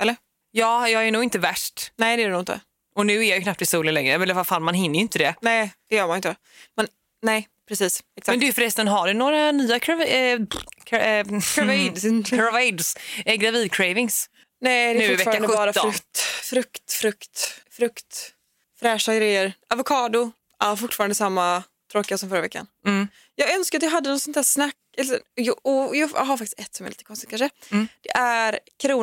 A: Eller?
B: ja jag är nog inte värst.
A: Nej, det är det nog inte.
B: Och nu är jag ju knappt i solen längre, men vad fan man hinner ju inte det.
A: Nej, det gör man inte. Men, nej, precis. Exakt.
B: Men du förresten, har du några nya krav, eh, krav, eh,
A: Cravades.
B: cravades, eh, gravidcravings?
A: Nej, det
B: Nu
A: är
B: i vecka
A: fortfarande bara
B: 17.
A: frukt, frukt, frukt, frukt, fräscha grejer. Avokado, ja, fortfarande samma tråkiga som förra veckan.
B: Mm.
A: Jag önskar att jag hade något sånt där snack. Eller, jo, och jag har faktiskt ett som är lite konstigt kanske.
B: Mm.
A: Det är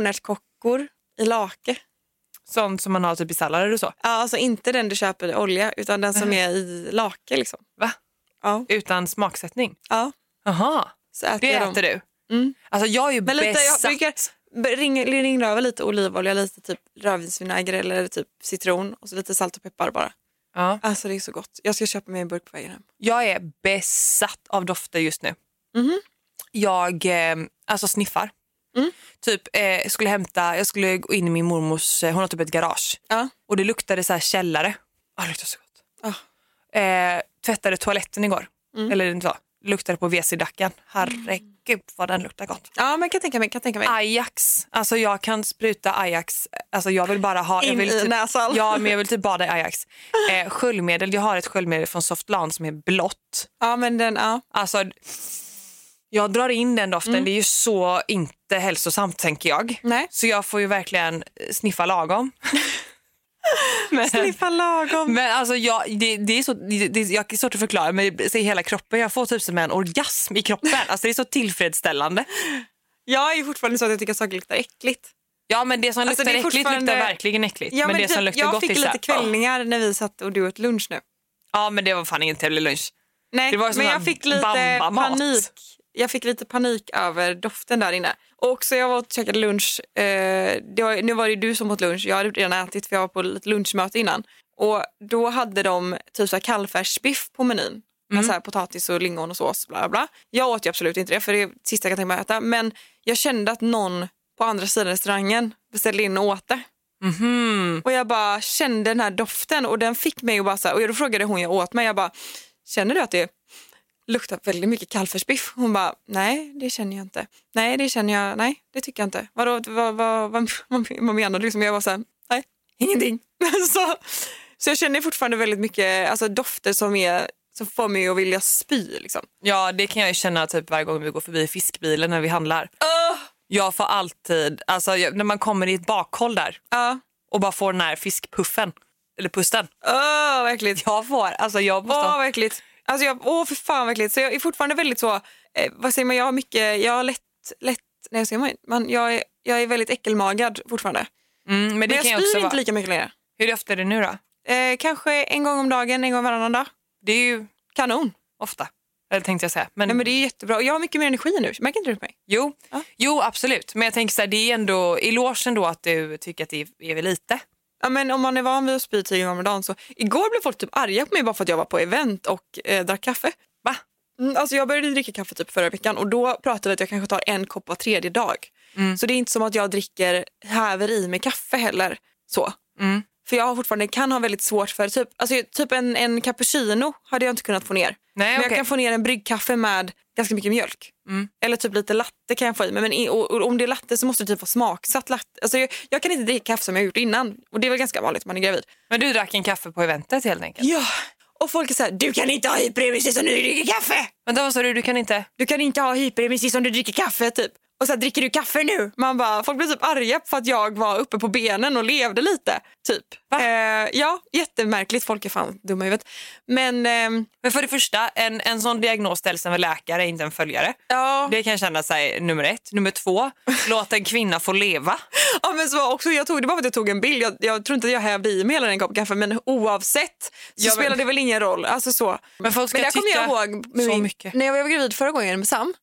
A: kronärtskockor i lake.
B: Sånt som man har typ i sallader och så?
A: Ja, alltså inte den du köper i olja utan den
B: Mm.
A: som är i lake liksom.
B: Va?
A: Ja.
B: Utan smaksättning?
A: ja.
B: Jaha,
A: Så äter
B: det
A: jag dem.
B: äter du?
A: Mm.
B: Alltså jag är ju
A: Men lite, jag
B: besatt.
A: brukar ringa, ringa över lite olivolja, lite typ rödvinsvinäger eller typ citron och så lite salt och peppar bara.
B: Ja.
A: Alltså det är så gott. Jag ska köpa mig en burk på vägen hem.
B: Jag är besatt av dofter just nu.
A: Mhm.
B: Jag eh, alltså sniffar.
A: Mm.
B: Typ, eh, skulle hämta, jag skulle gå in i min mormors, eh, hon har typ ett garage.
A: Ja.
B: Och det luktade så här källare. Ah, det luktar så gott. Eh, tvättade toaletten igår.
A: Mm.
B: Eller inte så. Luktade på WC-dackan. Herregud vad den luktar gott.
A: Ja, men jag kan tänka mig. Kan tänka mig.
B: Ajax. Alltså jag kan spruta Ajax. Alltså jag vill bara ha... jag
A: In
B: vill
A: i
B: typ,
A: näsan.
B: Ja, men jag vill typ bada i Ajax. Eh, sköljmedel. Jag har ett sköljmedel från Softlan som är blått.
A: Ja, men den, ja.
B: Alltså, jag drar in den doften. Det är ju så inte hälsosamt tänker jag.
A: Mm. Nej.
B: Så jag får ju verkligen eh, sniffa lagom. men,
A: Sniffa lagom.
B: men alltså jag, det, det är så, det, det, jag är svårt att förklara men det- i hela kroppen. Jag får typ som en orgasm i kroppen. Alltså det är så tillfredsställande.
A: Jag är fortfarande så att jag tycker att saker luktar äckligt.
B: Ja men det som
A: Alltså,
B: luktar
A: det är
B: äckligt
A: fortfarande-
B: luktar verkligen äckligt.
A: Ja,
B: men, det
A: typ,
B: som luktar
A: jag
B: gott
A: fick
B: är så
A: lite
B: här, ah.
A: kvällningar när vi satt och du åt lunch nu.
B: Ja men det var fan ingen trevlig lunch.
A: Nej,
B: Det var ju sån
A: men
B: här
A: jag fick lite
B: bambamat.
A: panik. Jag fick lite panik över doften där inne. Och också jag var och käkade lunch. Eh, det var, nu var det ju du som åt lunch. Jag hade redan ätit för jag var på ett lunchmöte innan. Och då hade de typ så här kallfärsbiff på menyn.
B: Mm.
A: Med så här potatis och lingon och sås. Bla bla, bla. Jag åt ju absolut inte det för det är det sista jag kan tänka mig att äta. Men jag kände att någon på andra sidan restaurangen beställde in och åt det. Och jag bara kände den här doften och den fick mig att bara så här, och då frågade hon jag åt mig, jag bara känner du att det luktar väldigt mycket kalvfärsbiff? Hon bara nej det känner jag inte. Nej det känner jag, nej det tycker jag inte. Vadå, vad, vad, vad, vad, vad menar du? Liksom, jag var så här, nej ingenting. så, så jag känner fortfarande väldigt mycket alltså, dofter som, är, som får mig att vilja spy liksom.
B: Ja det kan jag ju känna typ varje gång vi går förbi fiskbilen när vi handlar. Jag får alltid, alltså jag, när man kommer i ett bakhåll där
A: Ja,
B: och bara får den här fiskpuffen, eller pusten.
A: Åh, vad äckligt.
B: Jag får, alltså jag måste
A: Åh,
B: ha-
A: vad äckligt. Alltså jag, åh, för fan vad äckligt. Så jag är fortfarande väldigt så, eh, vad säger man, jag har mycket, jag har lätt, lätt nej, vad säger man, man, jag, är, jag är väldigt äckelmagad fortfarande.
B: mm, Men det
A: Men jag
B: kan jag
A: spyr
B: också
A: inte
B: vara.
A: lika mycket längre.
B: Hur ofta är det nu då?
A: Eh, kanske en gång om dagen, en gång varannan dag.
B: Det är ju
A: Kanon.
B: ofta, eller tänkte jag säga. Men,
A: Nej, men det är jättebra. Och Jag har mycket mer energi nu, märker inte du på mig?
B: jo,
A: Ja.
B: jo absolut, men jag tänker så här, det är ändå elogen då att du tycker att det är, är väl lite.
A: Ja, men om man är van vid att spy tio gånger om dagen så... Igår blev folk typ arga på mig bara för att jag var på event och eh, drack kaffe.
B: Va?
A: Mm, alltså jag började dricka kaffe typ förra veckan och då pratade vi att jag kanske tar en kopp var tredje dag.
B: Mm.
A: Så det är inte som att jag dricker, häver i mig kaffe heller. Så.
B: Mm.
A: För jag har fortfarande kan ha väldigt svårt för typ, alltså, typ en, en cappuccino hade jag inte kunnat få ner.
B: Nej,
A: men jag
B: okej.
A: kan få ner en bryggkaffe med ganska mycket mjölk.
B: Mm.
A: Eller typ lite latte kan jag få i mig. Men i, och, och om det är latte så måste det typ vara smaksatt latte. Alltså jag, jag kan inte dricka kaffe som jag gjort innan. Och det är väl ganska vanligt om man är gravid.
B: Men du drack en kaffe på eventet helt enkelt.
A: Ja. Och folk är så här, du kan inte ha hyperemesis om du dricker kaffe!
B: Vänta vad sa du, du kan inte?
A: Du kan inte ha hyperemesis om du dricker kaffe typ. Och så här, dricker du kaffe nu? Man bara, folk blev typ arga för att jag var uppe på benen och levde lite. Typ. Eh, ja, jättemärkligt. Folk är fan dumma i huvudet. Men ehm,
B: Men för det första, en, en sån diagnos ställs av en läkare, inte en följare.
A: ja.
B: Det kan jag känna sig nummer ett. Nummer två, låt en kvinna få leva.
A: Ja, men så var också, jag tog, det var för att jag tog en bild. Jag, jag tror inte att jag hävde i mig hela den koppen kaffe men oavsett så
B: Ja, men-
A: spelar det väl ingen roll. Alltså så.
B: Men folk ska
A: men jag kommer
B: tycka
A: jag ihåg med
B: så
A: min,
B: mycket.
A: när jag var gravid förra gången med Sam.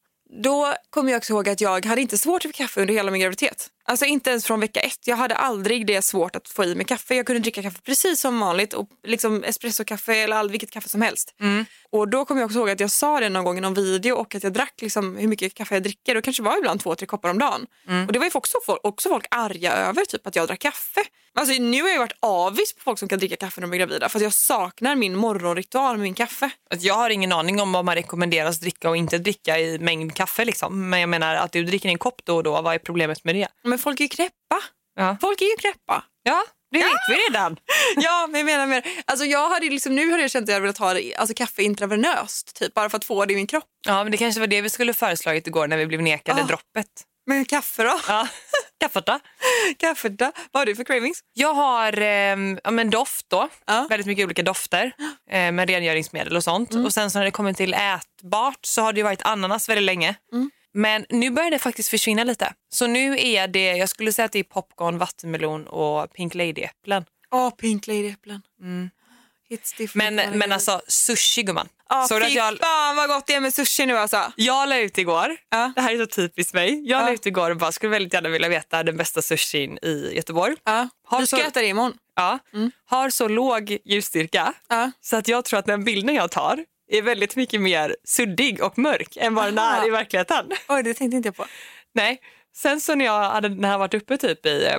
A: Då kommer jag också ihåg att jag hade inte svårt för kaffe under hela min graviditet. Alltså inte ens från vecka ett. Jag hade aldrig det svårt att få i mig kaffe. Jag kunde dricka kaffe precis som vanligt och liksom espressokaffe eller all, vilket kaffe som helst.
B: Mm.
A: Och då kommer jag också ihåg att jag sa det någon gång i någon video och att jag drack liksom hur mycket kaffe jag dricker. Och kanske var ibland två, tre koppar om dagen.
B: Mm.
A: Och det var ju också folk, också folk arga över, typ att jag drack kaffe. Alltså nu har jag ju varit avis på folk som kan dricka kaffe när de är gravida för att jag saknar min morgonritual med min kaffe.
B: Att Alltså, jag har ingen aning om vad man rekommenderas dricka och inte dricka i mängd kaffe. Liksom. Men jag menar att du dricker en kopp då och då, vad är problemet med det?
A: Men folk är ju knäppa.
B: Ja.
A: Folk är ju knäppa.
B: Ja, det vet vi redan.
A: Ja, men jag menar mer. Alltså jag hade ju liksom, nu hade jag känt att jag hade velat ha det, i- alltså, kaffe intravenöst, typ, bara för att få det i min kropp.
B: Ja, men det kanske var det vi skulle föreslagit igår när vi blev nekade
A: Ah.
B: droppet.
A: Men kaffe då?
B: Ja. Kaffet då?
A: Kaffe då? Vad har du för cravings?
B: Jag har eh, ja, men doft då,
A: Ja.
B: väldigt mycket olika dofter eh, med rengöringsmedel och sånt. Och sen så när det kommer till ätbart så har det ju varit ananas väldigt länge. Men nu börjar det faktiskt försvinna lite. Så nu är det, jag skulle säga att det är popcorn, vattenmelon och pink lady-äpplen.
A: Mm. Ja, pink lady-äpplen. It's different
B: Men,
A: when I
B: men
A: go-
B: alltså sushi gumman.
A: Ja,
B: Såg du att
A: fy
B: jag-
A: fan vad gott det är med sushi nu alltså.
B: Jag la ut igår,
A: Ja.
B: det här är så typiskt mig, jag
A: Ja.
B: la ut igår och bara skulle väldigt gärna vilja veta den bästa sushin i Göteborg.
A: Ja.
B: Har
A: Du ska
B: så-
A: äta det imorgon.
B: Ja. Har så låg ljusstyrka
A: Ja.
B: så att jag tror att den bilden jag tar är väldigt mycket mer suddig och mörk än vad den
A: Aha.
B: är i verkligheten.
A: Oj, det tänkte inte jag på.
B: Nej. Sen så när jag hade när jag hade varit uppe typ i eh,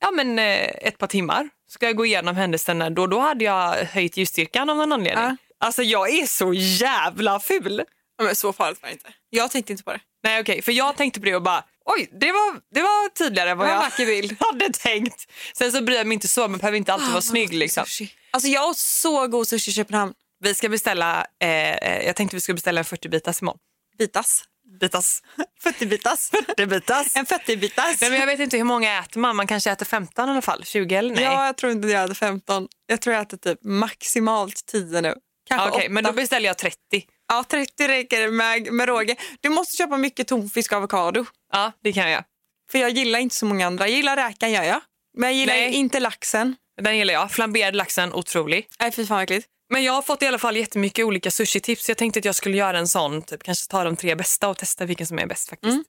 B: ja, men, eh, ett par timmar ska jag gå igenom händelserna då, då hade jag höjt ljusstyrkan av någon anledning.
A: Ja.
B: Alltså jag är så jävla ful.
A: Ja, men så farligt var det inte. Jag tänkte inte på det.
B: Nej okej, för jag tänkte på det och bara oj, det var, det var tydligare än vad
A: Det var en
B: jag
A: vacker bild.
B: hade tänkt. Sen så bryr jag mig inte så, man behöver inte
A: Ah,
B: alltid vara snygg liksom.
A: Sushi. Alltså jag åt så god sushi i Köpenhamn.
B: Vi ska beställa, eh, eh, jag tänkte vi skulle beställa en 40-bitars imorgon.
A: Bitas.
B: Bitas.
A: 40-bitas.
B: 40-bitars.
A: En 40-bitas.
B: Nej, men jag vet inte hur många äter man, man kanske äter 15 i alla fall, 20 eller nej.
A: Ja, jag tror inte jag hade 15. Jag tror jag äter typ maximalt 10 nu. Kanske
B: Ja,
A: åtta.
B: Ah, okej, men då beställer jag 30.
A: Ja, 30 räcker det med, med råge. Du måste köpa mycket tonfisk och avokado.
B: Ja, det kan jag göra.
A: För jag gillar inte så många andra. Jag gillar räkan gör jag. Men jag gillar
B: Nej.
A: inte laxen.
B: Den gillar jag. Flamberad laxen, otrolig.
A: Nej, fy fan vad äckligt.
B: Men jag har fått i alla fall jättemycket olika sushitips. Jag tänkte att jag skulle göra en sån, typ, kanske ta de tre bästa och testa vilken som är bäst faktiskt.
A: Mm.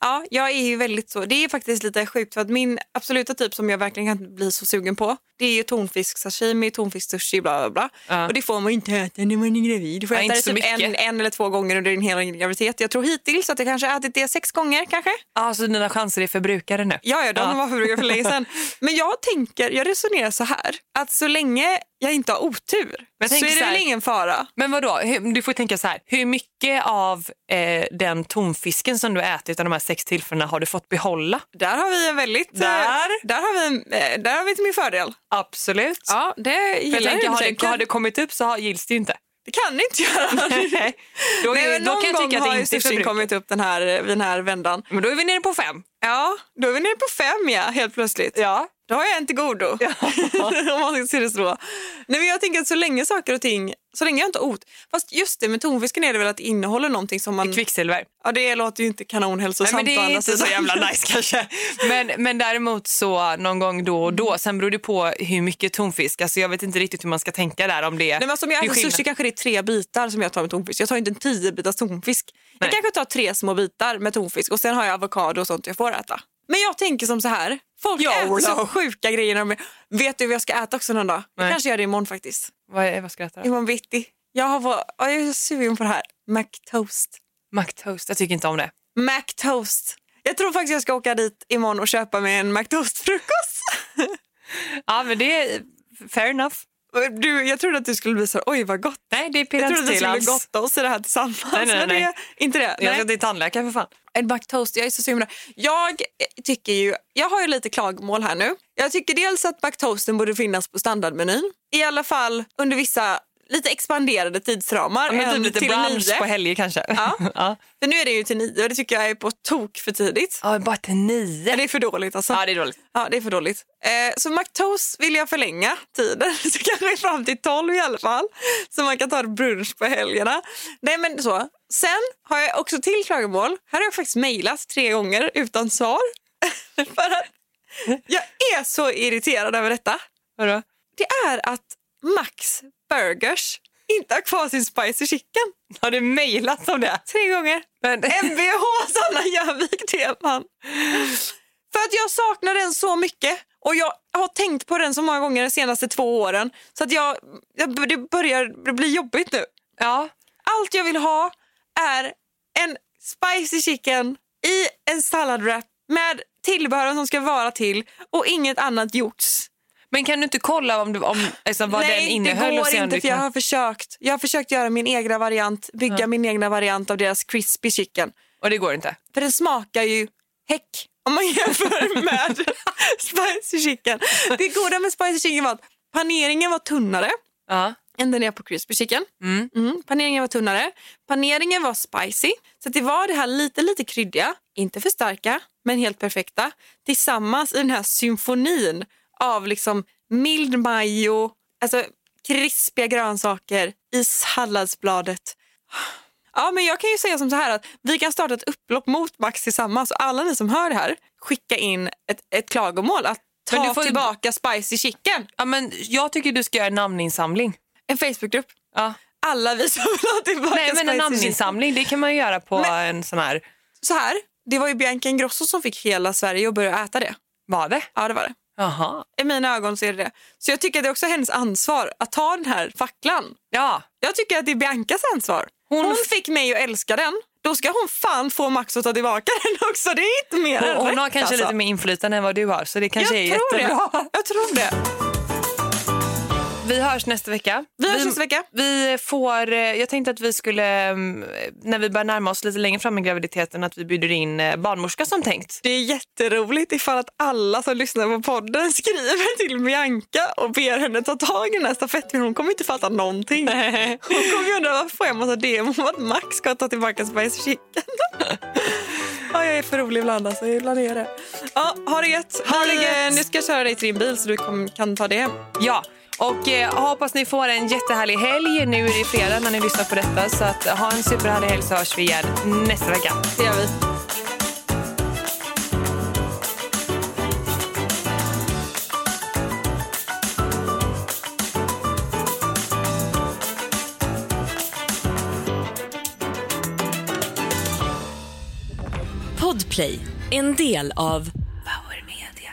A: Ja, jag är ju väldigt så. Det är faktiskt lite sjukt för att min absoluta typ som jag verkligen kan bli så sugen på det är ju tonfisk sashimi, tonfisk sushi bla bla bla.
B: Ja.
A: Och det får man ju inte äta när man är gravid. Du får
B: Ja,
A: äta
B: inte
A: det
B: så
A: typ en,
B: mycket.
A: en eller två gånger under din hela graviditet. Jag tror hittills att jag kanske har ätit det sex gånger kanske.
B: Ja, så dina chanser är förbrukade nu?
A: Ja, ja de var förbrukade för länge sedan. Men jag tänker, jag resonerar så här att så länge jag inte har otur
B: Men
A: så är
B: tänk
A: det
B: så här-
A: väl ingen fara.
B: Men vadå, Hur- du får tänka så här. Hur mycket av eh, den tonfisken som du ätit av de här sex tillfällena har du fått behålla?
A: Där har vi en väldigt... eh,
B: Där.
A: där, har vi en, eh, där har vi till min fördel.
B: Absolut.
A: Ja, det
B: För jag
A: gillar
B: tänker,
A: jag
B: har,
A: i och
B: det,
A: för
B: har
A: sig.
B: det kommit upp så har, gills det ju inte.
A: Det kan det inte göra.
B: Nej. Då,
A: Nej, men
B: då
A: någon
B: kan jag
A: gång
B: tycka att
A: har
B: det
A: ju
B: inte är
A: sushin
B: förbrukat.
A: kommit upp den här, vid den här vändan.
B: Men då är vi nere på fem.
A: Ja, då är vi nere på fem ja, helt plötsligt.
B: Ja.
A: Då har jag en till godo. Om man ska se det så. Nej, men jag tänker att så länge saker och ting, så länge jag inte har ot... Fast just det, med tonfisken är det väl att det innehåller någonting som man...
B: Kvicksilver.
A: Ja, det låter ju inte kanonhälsosamt
B: Nej, men
A: å
B: det är
A: andra
B: inte så
A: sidan.
B: jävla nice kanske. Men, men däremot så någon gång då och
A: Mm.
B: då. Sen beror det på hur mycket tonfisk. Alltså jag vet inte riktigt hur man ska tänka där om det
A: Nej, men alltså, om jag
B: det är
A: äter
B: skillnad.
A: sushi kanske det är tre bitar som jag tar med tonfisk. Jag tar inte en tio bitars tonfisk.
B: Nej.
A: Jag kanske tar tre små bitar med tonfisk och sen har jag avokado och sånt jag får äta. Men jag tänker som så här. Folk äter så sjuka grejer. när de- Vet du vad jag ska äta också någon dag? Jag
B: Nej.
A: kanske gör det imorgon faktiskt.
B: Vad, är- vad ska jag äta då?
A: Imorgon bitti. Jag, har, va- ja, jag är sugen på det här. McToast.
B: Mactoast. Jag tycker inte om det.
A: McToast. Jag tror faktiskt jag ska åka dit imorgon och köpa mig en McToast-frukost.
B: Ja men det är fair enough.
A: Du, jag trodde att du skulle bli så här, oj vad gott.
B: Nej det är
A: Jag
B: pirrat
A: trodde att vi
B: till
A: skulle
B: alls.
A: gotta oss i det här tillsammans.
B: Nej, nej,
A: men
B: nej.
A: Det, inte det.
B: Jag
A: Nej.
B: ska till tandläkaren för fan.
A: En backtoast, jag är så sugen på det. Jag eh, tycker ju, jag har ju lite klagomål här nu. Jag tycker dels att backtoasten borde finnas på standardmenyn. I alla fall under vissa lite expanderade tidsramar.
B: Men
A: en
B: typ lite
A: till
B: brunch
A: nio.
B: på helger kanske.
A: Ja.
B: ja.
A: För nu är det ju till nio och det tycker jag är på tok för tidigt.
B: ja bara till nio.
A: Det är för dåligt alltså.
B: Ja det är dåligt.
A: Ja, det är för dåligt. Eh, så McToast vill jag förlänga tiden, så kanske fram till 12 i alla fall. Så man kan ta ett brunch på helgerna. Nej, men så. Sen har jag också till klagomål. Här har jag faktiskt mejlat tre gånger utan svar. för att jag är så irriterad över detta.
B: Vadå?
A: Det är att Max Burgers inte har kvar sin spicy chicken.
B: Har du mejlat om det?
A: Tre gånger.
B: Men,
A: Mvh Sanna Jövik Teman. För att jag saknar den så mycket och jag har tänkt på den så många gånger de senaste två åren så att jag, jag det börjar bli jobbigt nu.
B: ja.
A: Allt jag vill ha är en spicy chicken i en salladwrap med tillbehören som ska vara till och inget annat gjorts.
B: Men kan du inte kolla om, du, om alltså, vad den
A: Nej,
B: innehöll?
A: det
B: och se
A: går
B: om
A: inte
B: du
A: för jag har försökt. Jag har försökt göra min egna variant, bygga min egna variant av deras crispy chicken.
B: Och det går inte?
A: För den smakar ju häck om man jämför med spicy chicken. Det goda med spicy chicken var att paneringen var tunnare
B: Ja.
A: än den är på crispy chicken. Mm, paneringen var tunnare. Paneringen var spicy. Så att det var det här lite, lite kryddiga, inte för starka, men helt perfekta. Tillsammans i den här symfonin av liksom mild majo, alltså krispiga grönsaker i salladsbladet. Ja, men jag kan ju säga som så här att vi kan starta ett upplopp mot Max tillsammans och alla ni som hör det här skicka in ett, ett klagomål att Ta
B: du får ju-
A: tillbaka spicy chicken.
B: Ja, men jag tycker du ska göra en namninsamling.
A: En Facebookgrupp.
B: Ja.
A: Alla vi som vill ha tillbaka
B: Nej, men en
A: spicy chicken.
B: namninsamling det kan man ju göra på en sån här...
A: Så här, det var ju Bianca Ingrosso som fick hela Sverige att börja äta det.
B: Var det?
A: Ja, det var det.
B: Jaha.
A: I mina ögon så är det det. Så jag tycker att det är också hennes ansvar att ta den här facklan.
B: Ja.
A: Jag tycker att det är Biancas ansvar. Hon, fick mig att älska den. Då ska hon fan få Max att ta tillbaka den också. Det är inte mer än
B: Hon, hon
A: rätt,
B: har kanske
A: alltså.
B: lite mer inflytande än vad du har så det
A: Jag
B: kanske är
A: tror
B: jättebra.
A: det. Jag tror det.
B: Vi hörs nästa vecka.
A: Vi hörs nästa vecka.
B: Vi får, eh, jag tänkte att vi skulle, mm, när vi börjar närma oss lite längre fram i graviditeten, att vi bjuder in eh, barnmorska som tänkt.
A: Det är jätteroligt ifall att alla som lyssnar på podden skriver till Bianca och ber henne ta tag i den här stafettpinnen. Hon kommer inte fatta någonting. Hon kommer ju undra varför får jag en massa DM om att Max ska ta tillbaka Spice Chicken. ja, jag är för rolig ibland alltså. Ibland är jag det. Ja, ha det gött. Ha det gött. Nu ska jag köra dig till din bil så du kom, kan ta det hem.
B: Ja, och eh, hoppas ni får en jättehärlig helg. Nu är det fredag när ni lyssnar på detta så att, eh, ha en superhärlig helg så hörs vi igen nästa vecka.
A: Det gör vi.
C: Podplay, en del av Power Media.